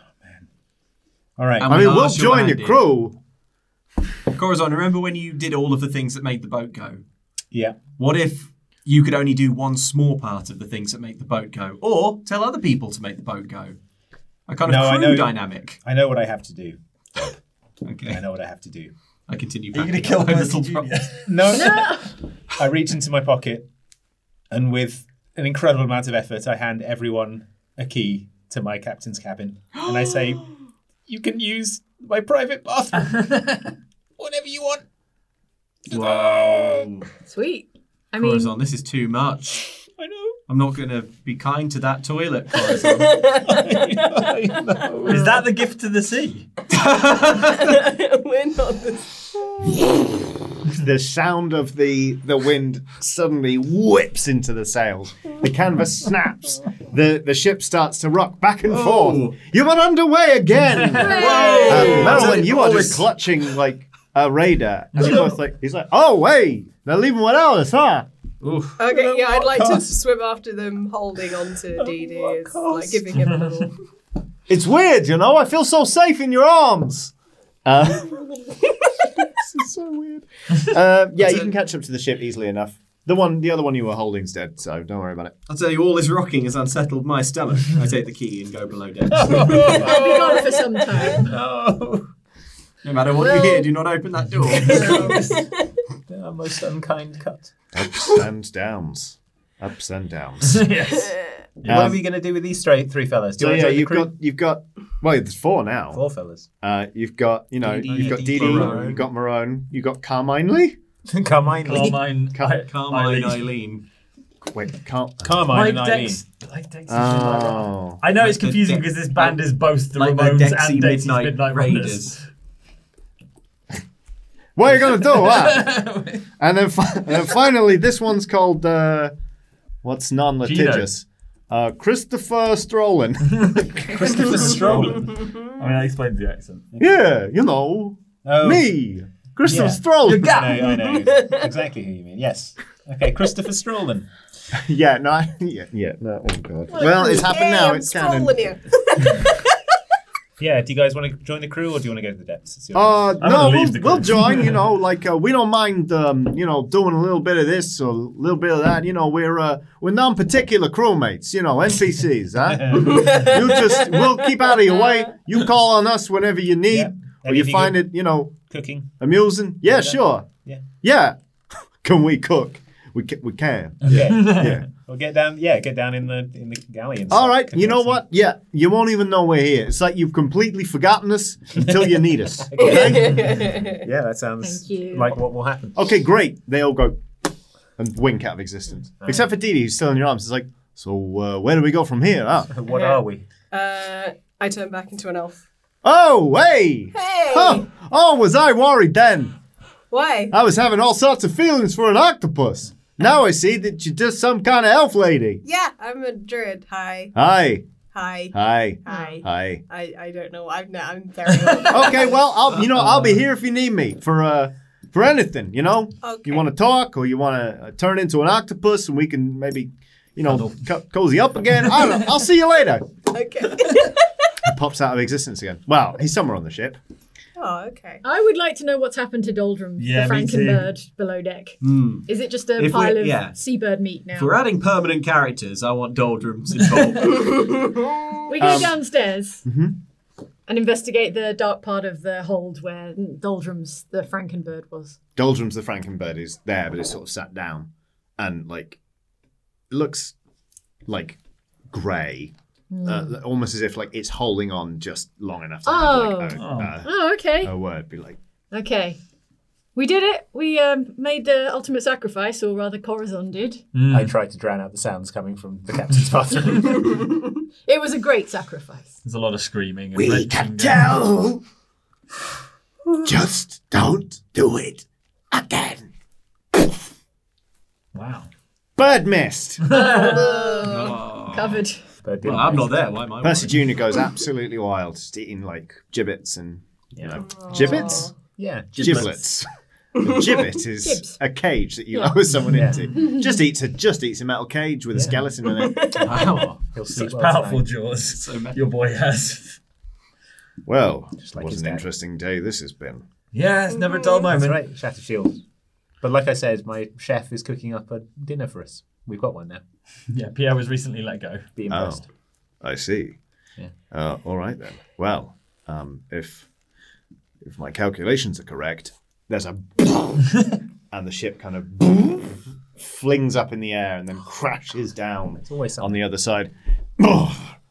All right.
And
I
we
mean,
are
we'll join your
short-handed.
crew.
Corazon, remember when you did all of the things that made the boat go?
yeah.
What if you could only do one small part of the things that make the boat go, or tell other people to make the boat go? A kind of
No, I
crew
know-
dynamic.
I know what I have to do. I
Okay,
know what I have to do.
I continue.
Are you going
packing
to kill
up my
Percy
little
Jr.?
props.
No. I reach into my pocket, and with an incredible amount of effort, I hand everyone a key to my captain's cabin, and I say, "You can use my private bathroom whenever you want."
Whoa.
Sweet. I mean,
Corazon, this is too much. I know. I'm not going to be kind to that toilet, Corazon.
Is that the gift to the sea?
We're not this.
the sound of the the wind suddenly whips into the sails. The canvas snaps. The the ship starts to rock back and
Whoa.
forth. You are underway again.
Whoa.
Um, Marilyn,
So
you are just
always-
clutching like a radar. And you're both like, he's like, oh wait, they're leaving one else, huh?
Okay, yeah, I'd like to
cost?
swim after them, holding on to Dee Dee, it's like giving him a little.
It's weird, you know. I feel so safe in your arms. Uh, this is so weird. uh, yeah, you can catch up to the ship easily enough. The one, the other one you were holding's dead, so don't worry about it.
I'll tell you, all this rocking has unsettled my stomach. I take the key and go below deck.
I'll be gone for some time.
No. No matter what you hear, do not open that door.
Our most unkind cut.
Ups and downs. Ups and downs.
yes.
Uh,
what are we going to do with these three, three fellas? Do
Um,
you want to
so yeah,
take the
you've
crew?
got you've got well, there's four now.
Four fellas.
Uh, you've got you know
Dee Dee,
you've got
Dee
Dee
Dee,
Dee,
Marone.
you've got Marone, you've got Carmine Lee. Carmine
Lee. Carmine-
Carmine Eileen.
Wait, Car-
Mike Dex. Mike Dex is
Oh.
I know it's confusing because this band is both the
like the
Ramones
Dexy
and Dexy's
Midnight
Midnight,
Raiders.
Raiders.
What are you gonna do? huh? and then fi- and then finally, this one's called uh, what's non-litigious? Uh, Christopher Strolin.
Christopher Strolin. I mean, I explained the accent.
yeah, you know me, Christopher
Yeah.
Strolin.
I know, I know exactly who you mean. Yes. Okay, Christopher Strolin.
Yeah, no, I- yeah, yeah, no, oh god. Well, it's happened now. It's canon.
Yeah, do you guys want to join the crew or do you want to go to the depths? It's your
Uh,
choice.
no, we'll, we'll join. You know, like uh, we don't mind, um, you know, doing a little bit of this or a little bit of that. You know, we're uh, we're non-particular crewmates. You know, NPCs. Huh? you just we'll keep out of your way. You call on us whenever you need, or
And
you
if you
find
could-
it, you know,
Cooking.
amusing. Yeah, sure.
Yeah.
Yeah. can we cook? We can. We can.
Okay.
yeah.
We'll get down. Yeah, get down in the in the galley. And
All right. You know what? Yeah. You won't even know we're here. It's like you've completely forgotten us until you need us.
yeah, that sounds
Thank you.
like what will happen.
Okay, great. They all go and wink out of existence. Except for Dee Dee, who's still in your arms. It's like, so uh, where do we go from here? Ah.
What are we?
Uh, I turn back into an elf.
Oh, hey!
Hey!
Huh. Oh, was I worried then?
Why?
I was having all sorts of feelings for an octopus. Now I see that you're just some kind of elf lady.
Yeah, I'm a druid. Hi.
Hi.
Hi.
Hi.
Hi.
Hi. Oh.
I, I don't know. I'm no, I'm very old.
okay, well, I'll you know I'll be here if you need me for uh for anything. You know,
Okay.
you want to talk or you want to uh, turn into an octopus and we can maybe you know co- cozy up again. I don't know. I'll see you later.
Okay.
He pops out of existence again. Wow, he's somewhere on the ship.
Oh, okay.
I would like to know what's happened to Doldrum,
Yeah,
the
me too.
Frankenbird below deck.
Hmm.
Is it just a
If we-
pile of
yeah.
seabird meat now?
If we're adding permanent characters, I want doldrums involved.
We go
Um,
downstairs
Mhm.
and investigate the dark part of the hold where Doldrum's the Frankenbird was.
Doldrums the Frankenbird is there, but it's sort of sat down and like it looks like grey, uh, almost as if like it's holding on just long enough. To have, like, a,
Oh.
a-
Oh, okay.
A word be like.
Okay. We did it. We um, made the ultimate sacrifice, or rather, Corazon did.
Mm.
I tried to drown out the sounds coming from the captain's bathroom.
It was a great sacrifice.
There's a lot of screaming. And
We
wrenching
can
and-
tell.
Just don't do it.
Wow.
Bird missed.
Covered.
Well, I'm not there. Why am I?
Percy
worried?
Junior goes absolutely wild, just eating like gibbets and you know gibbets.
Yeah,
giblets. A gibbet is
Gibbs.
a cage that you
Yeah.
lower someone
Yeah.
into. Just eats a just eats a metal cage with a skeleton in it.
Wow,
Such powerful jaws your boy has.
Well, what an interesting day this has been.
Yeah, it's never a dull moment.
That's right, Shattered Shields. But like I said, my chef is cooking up a dinner for us. We've got one now.
Yeah, Pierre was recently let go.
Be
Oh.
impressed.
I see. Uh, all right then. Well, um, if if my calculations are correct, there's a and the ship kind of flings up in the air and then crashes down on the other side.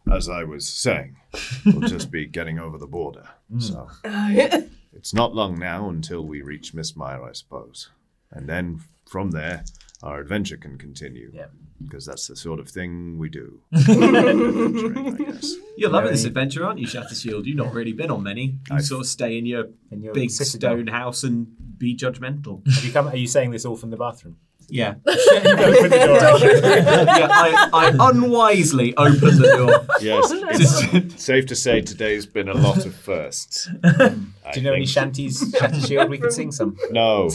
As I was saying, we'll just be getting over the
Um,
border. So it's not long now until we reach Miss Mire, I suppose. and then from there our adventure can continue. Yeah. Because that's the sort of thing we do.
You're loving this adventure, aren't you, Shattershield? You've not really been on many. You sort of stay in your, big
citadel.
stone house and be judgmental.
You come, are you saying this all from the bathroom?
Yeah.
open the door, actually.
Yeah, I, I unwisely opened the door.
Yes, it's safe to say today's been a lot of firsts. Do
Do you know any shanties, shanty shield? We could sing some.
No,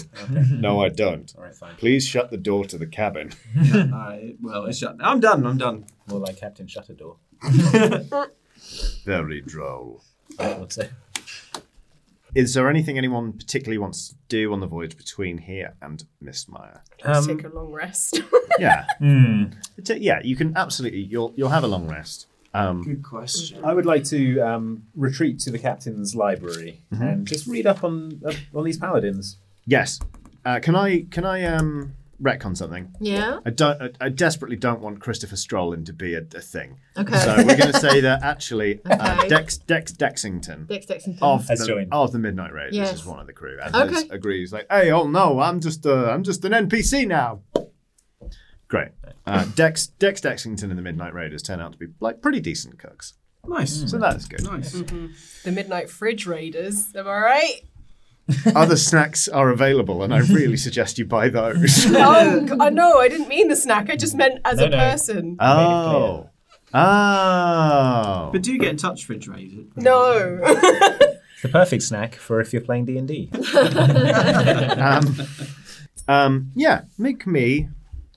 no, I don't. Please shut the door to the cabin.
I, Uh, well, it's shut. I'm done. I'm done.
More like Captain Shutterdor.
Very droll.
I would say.
Is there anything anyone particularly wants to do on the voyage between here and Mistmire?
Just take a long rest.
yeah, It's a- yeah. You can absolutely. You'll you'll have a long rest. Um,
Good question.
I would like to um, retreat to the captain's library
Mm-hmm.
Mhm.
and just read up on up on these paladins.
Yes. Uh, can I can I um retcon something?
Yeah?
I don't. I, I desperately don't want Christopher Strollin to be a, a thing.
Okay.
So we're going to say that actually uh,
Okay.
Dex Dex Dexington.
Dex Dexington.
Oh.
Of
Has
the,
joined.
of the Midnight Raiders
Yes.
is one of the crew, and
Okay.
has- agrees like, "Hey, oh no, I'm just uh, I'm just an NPC now." Great. Uh, Dex Dex Dexington and the Midnight Raiders turn out to be like pretty decent cooks.
Nice.
So that's good.
Mhm. The Midnight Fridge Raiders. Am I right?
Other snacks are available, and I really suggest you buy those.
oh, g- I know. I didn't mean the snack. I just meant as
No,
a
no.
person.
Oh. Oh.
But do get in touch, Fridge Raider.
No.
The perfect snack for if you're playing D and D.
um, um, yeah, make me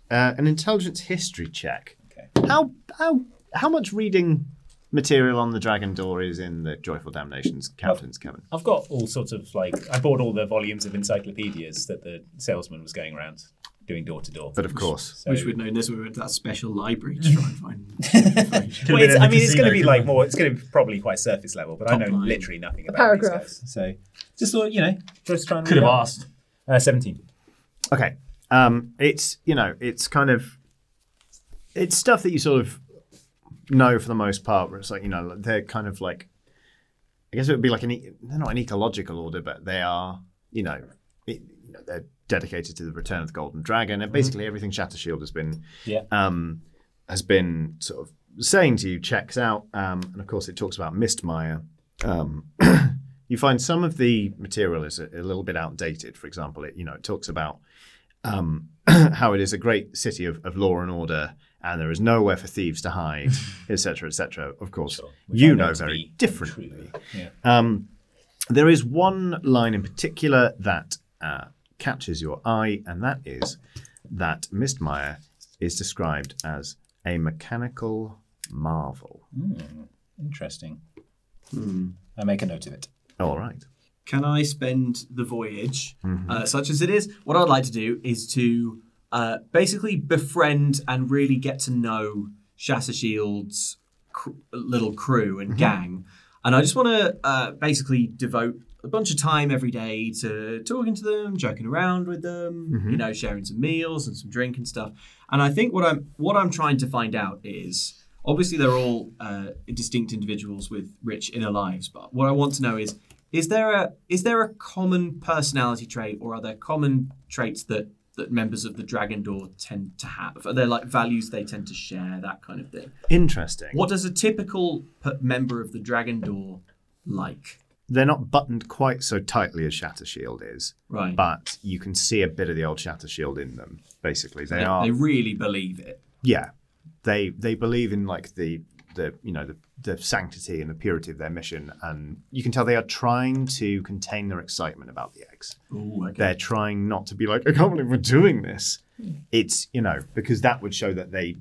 uh, an intelligence history check. Okay. How how how much reading material on the Dragon Door is in the Joyful Damnation's Captain's Cabin?
I've got all sorts of like I bought all the volumes of encyclopedias that the salesman was going around doing door to door.
But of course,
Wish we'd known this. We were at that special library to try and find.
Well, it's, I mean, it's going to be
Casino,
like more. It's going to be probably quite surface level, but I know literally nothing about
paragraph.
these guys. So just thought, you know, just try and
Could
read
have
up.
asked.
Uh, Seventeen.
Okay. Um, it's you know it's kind of it's stuff that you sort of know for the most part. Where it's like you know they're kind of like I guess it would be like an e- they're not an ecological order, but they are you know, it, you know, they're dedicated to the return of the golden dragon and basically everything Shattershield has been
Yeah.
um, has been sort of saying to you checks out. Um, and of course, it talks about Mistmire. Um, you find some of the material is a, a little bit outdated. For example, it you know it talks about um, how it is a great city of, of law and order, and there is nowhere for thieves to hide, etc., etc. Of course, you know very differently.
Yeah.
Um, there is one line in particular that uh, catches your eye, and that is that Mistmire is described as a mechanical marvel.
Hmm, interesting.
Hmm.
I make a note of it.
Oh, All right.
Can I spend the voyage,
Mhm.
uh, such as it is? What I'd like to do is to uh, basically befriend and really get to know Shatter Shield's cr- little crew and
Mhm.
gang. And I just want to uh, basically devote a bunch of time every day to talking to them, joking around with them, you
Mhm.
know, sharing some meals and some drink and stuff. And I think what I'm what I'm trying to find out is obviously they're all uh, distinct individuals with rich inner lives, but what I want to know is is there a is there a common personality trait or are there common traits that that members of the Dragon Door tend to have? Are there like values they tend to share, that kind of thing?
Interesting.
What does a typical p- member of the Dragon Door like?
They're not buttoned quite so tightly as Shatter Shield is,
Right.
But you can see a bit of the old Shatter Shield in them. Basically, they are.
They really believe it.
yeah, they they believe in like the the you know the, the sanctity and the purity of their mission, and you can tell they are trying to contain their excitement about the eggs.
Ooh, okay.
They're trying not to be like, I can't believe we're doing this. It's you know because that would show that they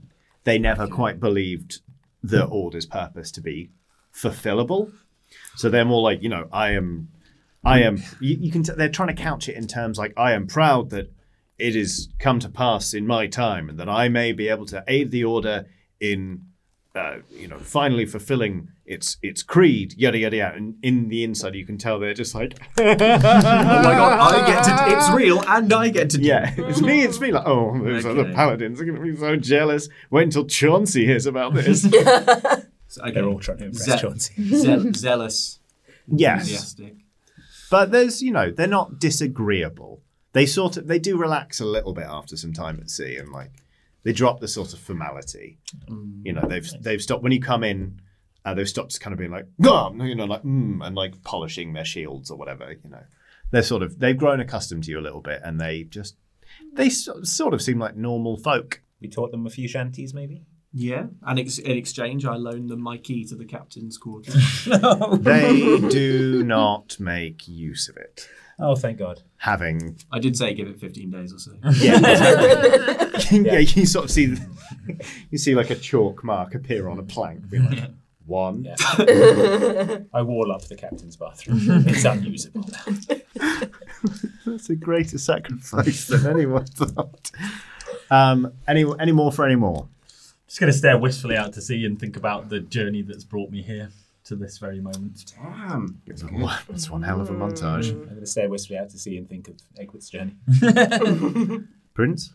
they never quite believed the order's purpose to be fulfillable. So they're more like you know I am I am. You, you can. T- they're trying to couch it in terms like I am proud that it has come to pass in my time, and that I may be able to aid the order in, uh, you know, finally fulfilling its its creed. Yada yada yada. And in the inside, you can tell they're just like, oh my
god, I get to. It's real, and I get to.
Yeah, it's me. It's me. Like, oh, those other
Okay.
paladins are going to be so jealous. Wait until Chauncey hears about this.
They're all
trying to
impress Chauncey.
Ze- zealous.
Yes.
Enthusiastic.
But there's, you know, they're not disagreeable. They sort of they do relax a little bit after some time at sea, and like they drop the sort of formality. You know, they've they've stopped when you come in. Uh, they've stopped kind of being like, "Gah!" you know, like, mm, and like polishing their shields or whatever, you know. They're sort of, they've grown accustomed to you a little bit and they just, they so- sort of seem like normal folk.
We taught them a few shanties, maybe?
Yeah, and ex- in exchange, I loaned them my key to the captain's quarters.
They do not make use of it.
Oh, thank God.
Having.
I did say give it 15 days or so.
Yeah. yeah. you sort of see, you see like a chalk mark appear on a plank. Be like, one.
I wall up the captain's bathroom. it's unusable.
That's a greater sacrifice than anyone thought. Um, any, any more for any more?
Just going to stare wistfully out to sea and think about the journey that's brought me here to this very moment.
Damn. It's one- it's one hell of a montage.
Mm.
I'm going to stare wistfully out to sea and think of Egbert's journey.
Prudence?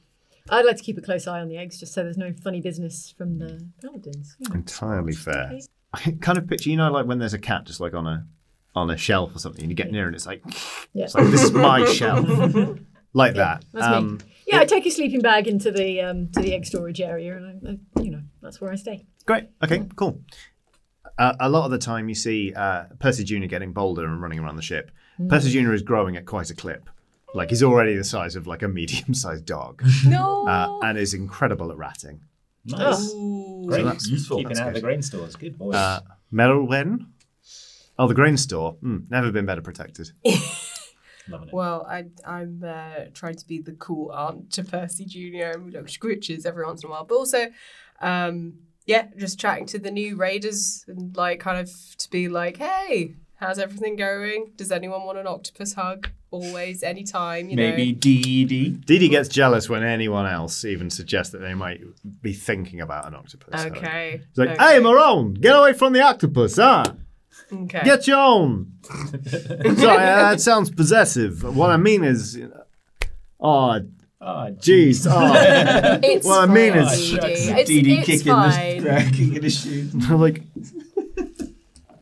I'd like to keep a close eye on the eggs just so there's no funny business from the paladins. you know.
Entirely fair. I kind of picture, you know, like when there's a cat just like on a on a shelf or something, and you get near and it's like,
Yeah.
it's like this is my shelf, like that. Um,
That's
Um,
me. Yeah, I take a sleeping bag into the um, to the egg storage area, and I, I, you know that's where I stay.
Great. Okay. Cool. Uh, a lot of the time, you see uh, Percy Junior getting bolder and running around the ship.
Hmm.
Mm.
Percy Junior is growing at quite a clip. Like he's already the size of like a medium-sized dog,
No.
uh, and is incredible at ratting.
Nice. Great.
Oh. So that's-
Useful. Keeping
that's
out of
good.
the grain stores. Good boy.
Uh, Merylwen? Oh, the grain store. Hmm, never been better protected.
Well, I, I'm uh, trying to be the cool aunt to Percy Junior and we look scritches every once in a while, but also, um, yeah, just chatting to the new raiders and like kind of to be like, hey, how's everything going? Does anyone want an octopus hug? Always, anytime, you know.
DD. DD gets jealous when anyone else even suggests that they might be thinking about an octopus. huh?
Okay.
He's like,
okay.
hey, Marone, get away from the octopus, huh?
Okay.
Get your own. Sorry, uh, that sounds possessive. What I mean is, oh, jeez. Oh,
It's
what I mean
fine,
is,
DD. It's- DD it's kicking the- fine.
kicking the shoes. like,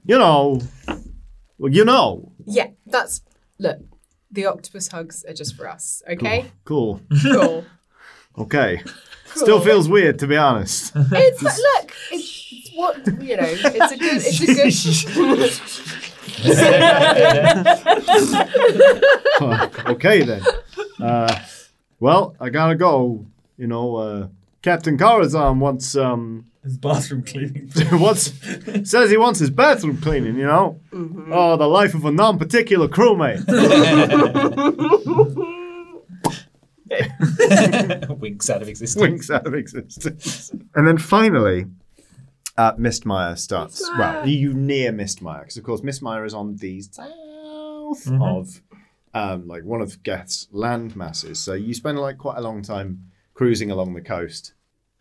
you know, well, you know,
Yeah, that's look. The octopus hugs are just for us, okay?
cool.
Cool.
Okay. Still feels weird, to be honest.
it's but look, it's, it's what you know. It's a good. It's a good.
okay then. Uh, well, I gotta go. You know, uh, Captain Corazon wants um his bathroom cleaning. wants says he wants his bathroom cleaning. You know, oh, the life of a non-particular crewmate.
Winks out of existence.
Winks out of existence. and then finally, uh, Mistmire starts. Well, you near Mistmire because of course Mistmire is on the south of um, like one of Geth's land masses. So you spend like quite a long time cruising along the coast.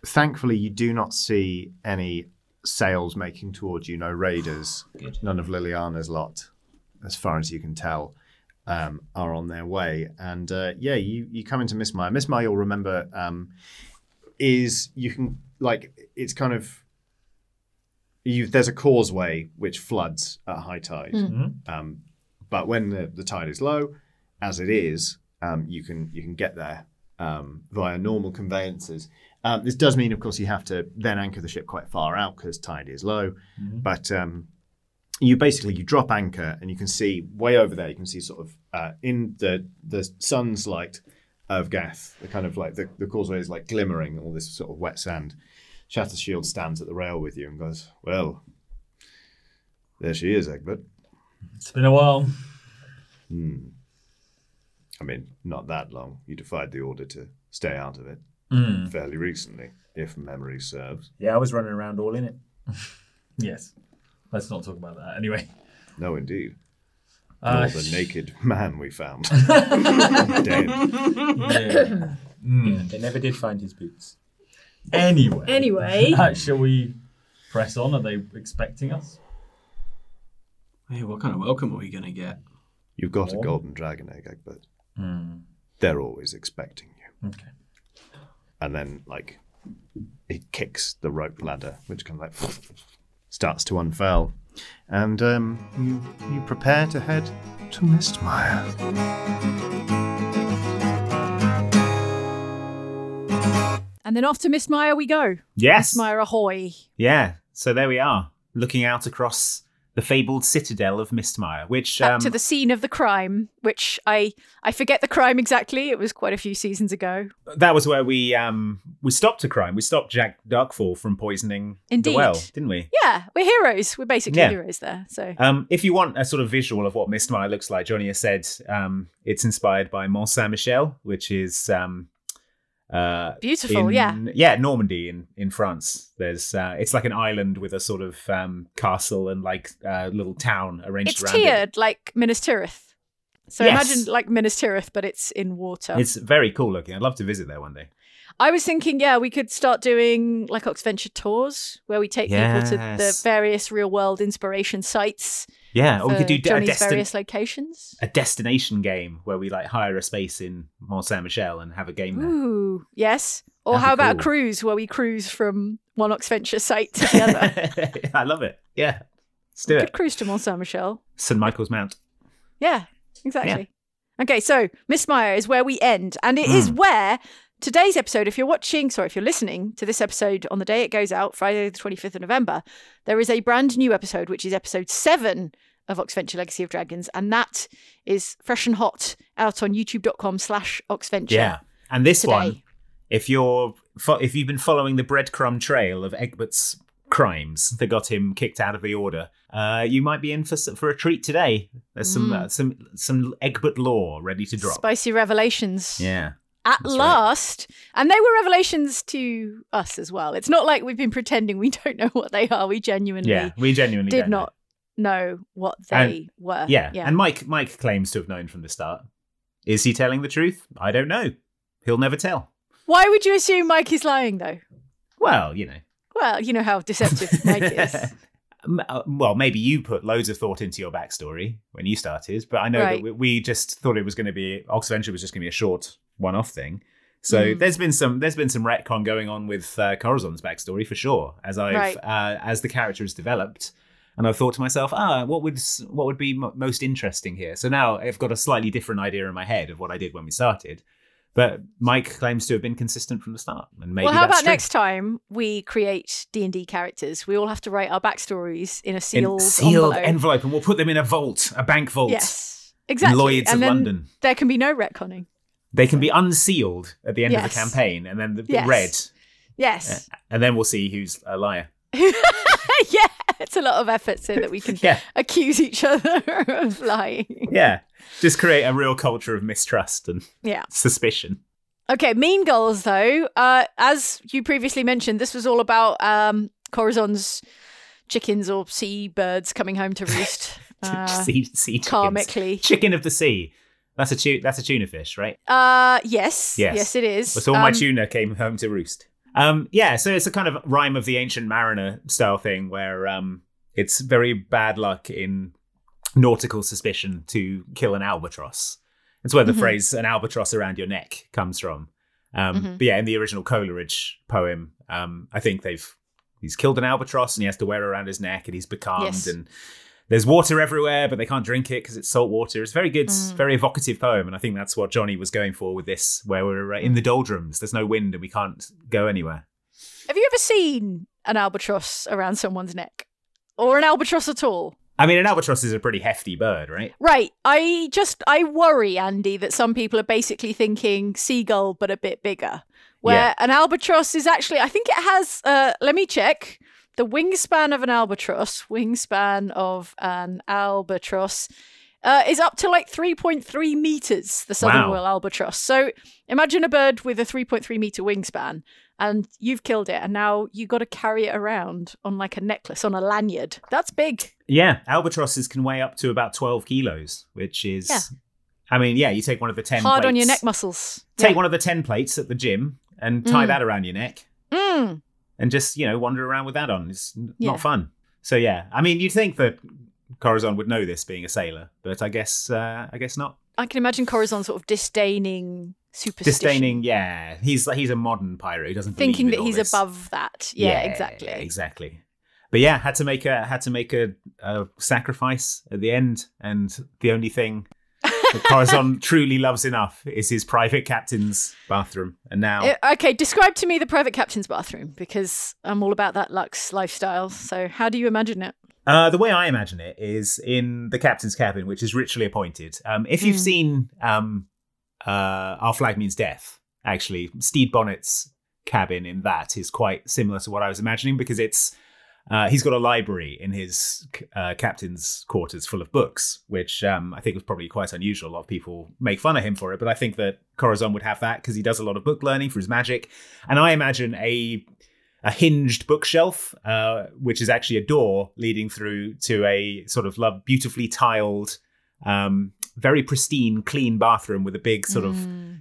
Thankfully, you do not see any sails making towards you. No raiders. None of Liliana's lot, as far as you can tell. Um, are on their way, and uh, yeah, you you come into Mistmire. Mistmire, you'll remember, um, is you can like it's kind of you there's a causeway which floods at high tide
Mhm.
um, but when the, the tide is low as it is um, you can you can get there um, via normal conveyances um, this does mean of course you have to then anchor the ship quite far out because tide is low
Mhm.
but um, you basically you drop anchor and you can see way over there you can see sort of uh, in the the sun's light of Gath the kind of like the, the causeway is like glimmering all this sort of wet sand Shattershield stands at the rail with you and goes well there she is Egbert
It's been a while.
hmm. I mean not that long you defied the order to stay out of it
Mm.
fairly recently if memory serves
Yeah, I was running around all in it.
Yes. Let's not talk about that anyway.
no indeed
Uh,
nor the naked man we found
Dead.
Yeah. Mm.
They never did find his boots.
Anyway.
Anyway.
Uh, shall we press on? Are they expecting us?
Hey, what kind of welcome are we going to get?
You've got a
Warm.
golden dragon egg, Egbert. They're always expecting you.
Okay.
And then, like, he kicks the rope ladder, which kind of like starts to unfurl. And um, you, you prepare to head to Mistmire.
And then off to Mistmire we go.
Yes.
Mistmire ahoy.
Yeah, so there we are, looking out across the fabled citadel of Mistmire, which
Back
um,
to the scene of the crime, which I I forget the crime exactly. It was quite a few seasons ago.
that was where we um we stopped a crime. We stopped Jack Darkfall from poisoning
Indeed.
the well, didn't we?
Yeah, we're heroes. We're basically
Yeah.
heroes there. So
Um, if you want a sort of visual of what Mistmire looks like, Johnny has said um, it's inspired by Mont Saint Michel, which is um, uh,
Beautiful,
in-
yeah.
yeah, Normandy in in France. There's uh, it's like an island with a sort of um, castle and like uh, little town arranged
it's
around it.
tiered like Minas Tirith. So
Yes.
imagine like Minas Tirith, but it's in water.
It's very cool looking. I'd love to visit there one day.
I was thinking, yeah, we could start doing like Oxventure tours where we take people to the
Yes.
various real world inspiration sites.
Yeah, or we
for
could do d- a
Johnny's
destin-
various locations.
A destination game where we like hire a space in Mont Saint Michel and have a game there.
Ooh, yes. Or
That'd be
how about
cool.
a cruise where we cruise from one Oxventure site to the other?
I love it. Yeah, let's do
we
it.
could cruise to Mont Saint Michel.
St Michael's Mount.
Yeah, exactly. Okay, so Miss Meyer is where we end, and it
Hmm.
is where today's episode, if you're watching, sorry, if you're listening to this episode on the day it goes out, Friday the 25th of November, there is a brand new episode, which is episode seven of Oxventure Legacy of Dragons, and that is fresh and hot out on youtube.com slash Oxventure.
Yeah, and this
today.
one, if you're fo- if you've been following the breadcrumb trail of Egbert's crimes that got him kicked out of the order, uh, you might be in for s- for a treat today. There's some
Mm.
uh, some some Egbert lore ready to drop.
Spicy revelations.
yeah.
At last. And they were revelations to us as well. It's not like we've been pretending we don't know what they are. We genuinely
Yeah, we genuinely
did
don't know.
not uh, know what
And-
they were.
Yeah. and Mike Mike claims to have known from the start. Is he telling the truth? I don't know. He'll never tell.
Why would you assume Mike is lying though?
Well, you know.
Well, you know how deceptive Mike is.
M- uh, well, maybe you put loads of thought into your backstory when you started, but I know
Right.
that we, we just thought it was going to be Oxventure was just going to be a short one-off thing. So
Mm.
there's been some there's been some retcon going on with uh, Corazon's backstory for sure, as I've
Right.
uh, as the character has developed, and I've thought to myself, ah, what would s- what would be m- most interesting here? So now I've got a slightly different idea in my head of what I did when we started, but Mike claims to have been consistent from the start, and maybe
well, how
that's
about
true.
next time we create D and D characters? We all have to write our backstories in a sealed,
in sealed
envelope.
envelope. and we'll put them in a vault, a bank vault.
Yes, exactly.
In Lloyd's
and
of
then
London.
There can be no retconning.
They can be unsealed at the end of
Yes.
the campaign, and then the
Yes.
read,
Yes,
and then we'll see who's a liar.
yeah, it's a lot of effort so that we can
Yeah.
accuse each other of lying.
Yeah, just create a real culture of mistrust and
Yeah.
suspicion.
Okay, Mean Girls, though, uh, as you previously mentioned, this was all about um, Corazon's chickens or sea birds coming home to roost. Uh,
sea, sea chickens.
karmically.
chicken of the sea. That's a tu- that's a tuna fish, right?
uh, yes, yes,
Yes.
it is.
So all my
Um,
tuna came home to roost. Um, yeah, so it's a kind of rhyme of the ancient mariner style thing where um, it's very bad luck in nautical suspicion to kill an albatross. It's where the
Mm-hmm.
Mhm.
phrase "an albatross around your neck" comes from. Um,
Mm-hmm.
Mhm.
But yeah, in the original Coleridge poem, um, I think they've he's killed an albatross and he has to wear it around his neck, and he's becalmed,
Yes.
and there's water everywhere, but they can't drink it because it's salt water. It's a very good,
Mm.
very evocative poem, and I think that's what Johnny was going for with this, where we're uh,
Mm.
in the doldrums. There's no wind and we can't go anywhere.
have you ever seen an albatross around someone's neck, or an albatross at all?
I mean, an albatross is a pretty hefty bird, right?
Right. I just I worry, Andy, that some people are basically thinking seagull but a bit bigger. Where
Yeah.
an albatross is actually I think it has uh let me check. The wingspan of an albatross, wingspan of an albatross, uh, is up to like 3.3 meters, the southern
Wow.
royal albatross. So imagine a bird with a 3.3 meter wingspan, and you've killed it, and now you've got to carry it around on like a necklace, on a lanyard. That's big.
Yeah, albatrosses can weigh up to about 12 kilos, which is,
Yeah.
I mean, yeah, you take one of the 10
Hard on your neck
plates-
muscles.
Take
Yeah.
one of the 10 plates at the gym and tie
Mm.
that around your neck.
Mm.
and just you know wander around with that on. It's n-
Yeah.
not fun. So yeah, I mean, you'd think that Corazon would know this, being a sailor, but I guess uh, I guess not.
I can imagine Corazon sort of disdaining superstition,
Disdaining, yeah, he's he's a modern pirate who doesn't believe
thinking
in
that
all
he's
this.
above that. Yeah, exactly.
exactly. But yeah, had to make a had to make a, a sacrifice at the end, and the only thing that Corazon truly loves enough is his private captain's bathroom. And now
Uh, okay, describe to me the private captain's bathroom because I'm all about that luxe lifestyle. So, how do you imagine it?
Uh, the way I imagine it is in the captain's cabin, which is ritually appointed. Um, if you've
Mm.
seen um, uh, Our Flag Means Death, actually, Steve Bonnet's cabin in that is quite similar to what I was imagining because it's uh, he's got a library in his uh, captain's quarters full of books, which um, I think was probably quite unusual. A lot of people make fun of him for it, but I think that Corazon would have that because he does a lot of book learning for his magic. And I imagine a a hinged bookshelf, uh, which is actually a door leading through to a sort of love, beautifully tiled, um, very pristine, clean bathroom with a big sort of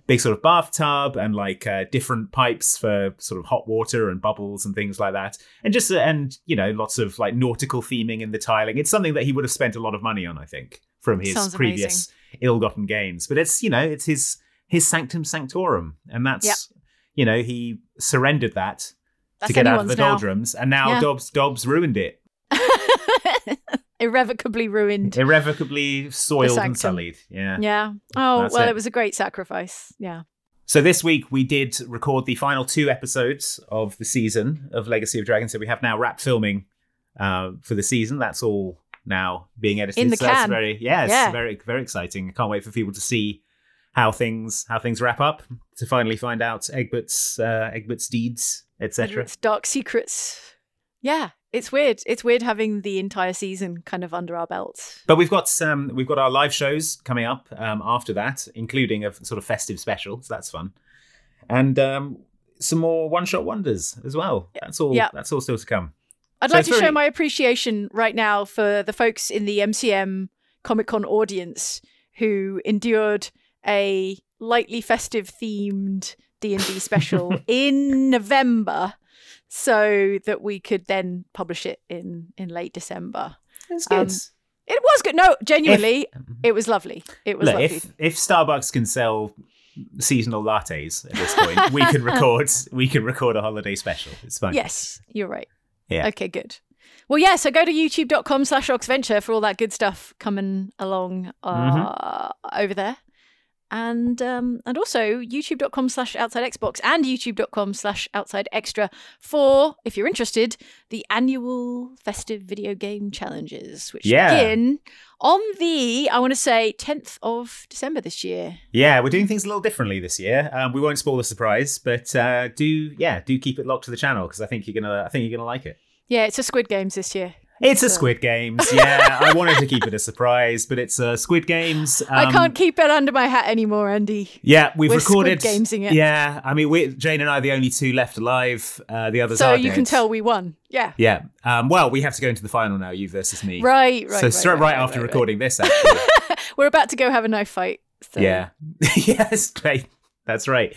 big sort of bathtub and like uh, different pipes for sort of hot water and bubbles and things like that, and just uh, and you know lots of like nautical theming in the tiling. It's something that he would have spent a lot of money on, I think, from his
Sounds
previous ill-gotten gains. But it's you know it's his his sanctum sanctorum, and that's you know he surrendered that
That's
to get out of
anyone's
the
now.
doldrums, and now
Yeah.
Dobbs Dobbs ruined it,
Irrevocably ruined.
irrevocably soiled
sanctum.
and sullied. Yeah,
Yeah. Oh,
That's
well,
it.
it was a great sacrifice. Yeah.
So this week we did record the final two episodes of the season of Legacy of Dragon. So we have now wrapped filming uh, for the season. That's all now being edited.
In the
so that's
can.
very yes,
Yeah.
very very exciting. I can't wait for people to see how things how things wrap up to finally find out Egbert's uh, Egbert's deeds, etc.
It's dark secrets. Yeah, it's weird. It's weird having the entire season kind of under our belts.
But we've got um, we've got our live shows coming up um, after that, including a f- sort of festive special. So that's fun, and um, some more one shot wonders as well. That's all.
Yeah.
That's all still to come.
I'd
So
like
it's
to
very-
show my appreciation right now for the folks in the MCM Comic Con audience who endured a lightly festive themed D and D special in November, so that we could then publish it in in late December.
That's
good. it was good. No, genuinely, it was lovely. It was
Mm-hmm. Look,
lovely.
if if Starbucks can sell seasonal lattes at this point, we can record we can record a holiday special. It's fine.
Yes, you're right.
Yeah.
Okay, good. Well, yeah, so go to youtube.com slash oxventure for all that good stuff coming along uh,
Mm-hmm.
over there. And um, and also youtube.com slash outside Xbox and youtube.com slash outside extra for, if you're interested, the annual festive video game challenges, which
Yeah.
begin on the, I want to say, 10th of December this year.
Yeah, we're doing things a little differently this year. Um, we won't spoil the surprise, but uh, do yeah, do keep it locked to the channel because I think you're gonna I think you're gonna like it.
Yeah, it's a Squid Games this year.
It's a
So-
Squid Games. Yeah, I wanted to keep it a surprise, but it's a Squid Games.
I
um,
can't keep it under my hat anymore, Andy.
Yeah, we've
We're
recorded.
Squid Gamesing it.
Yeah, I mean, we Jane and I are the only two left alive. Uh, the others
So
are
you can
dead.
tell we won. Yeah.
Yeah. Um, well, we have to go into the final now. You versus me.
Right, right,
So
right,
straight
right,
right,
right,
after
right,
recording this, actually.
We're about to go have a knife fight. So
yeah. yes, great. That's right.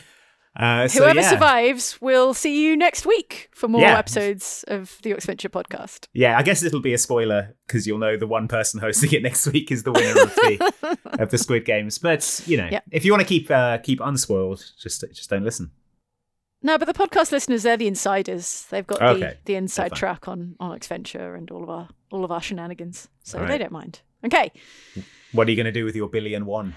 Uh, so,
Whoever
yeah.
survives, we'll see you next week for more
Yeah.
episodes of the Oxventure podcast.
Yeah, I guess it'll be a spoiler because you'll know the one person hosting it next week is the winner of the of the Squid Games. But you know,
Yeah.
if you want to keep uh, keep unspoiled, just just don't listen.
No, but the podcast listeners, they're the insiders. They've got
Okay.
the, the inside
Fine.
track on on Oxventure and all of our all of our shenanigans. So
All
they
right.
don't mind. Okay.
What are you going to do with your billion one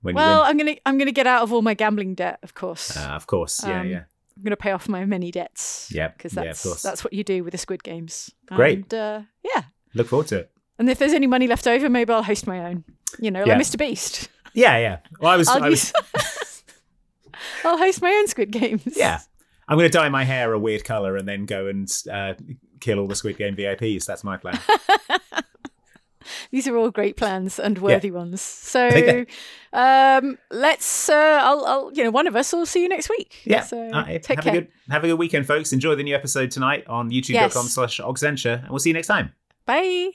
when
well,
you
I'm gonna I'm gonna get out of all my gambling debt, of course.
win? Uh, of course. Yeah,
Um,
yeah.
I'm gonna pay off my many debts.
Yep.
Because
Yeah, of
that's
course.
that's what you do with the Squid Games.
Great.
And, uh, yeah.
Look forward to it.
And if there's any money left over, maybe I'll host my own. You know,
Yeah.
like Mr. Beast.
Yeah, yeah. Well, I was.
I'll
I was
I'll host my own Squid Games.
yeah. I'm going to dye my hair a weird color and then go and uh, kill all the Squid Game VIPs. That's my plan.
These are all great plans and worthy ones. So
Okay.
um, let's, uh, I'll, I'll, you know, one of us will see you next week.
Yeah.
So
All right.
take
have
care.
a good have a good weekend, folks. Enjoy the new episode tonight on youtube.com
Yes.
slash Oxenture, and we'll see you next time.
Bye.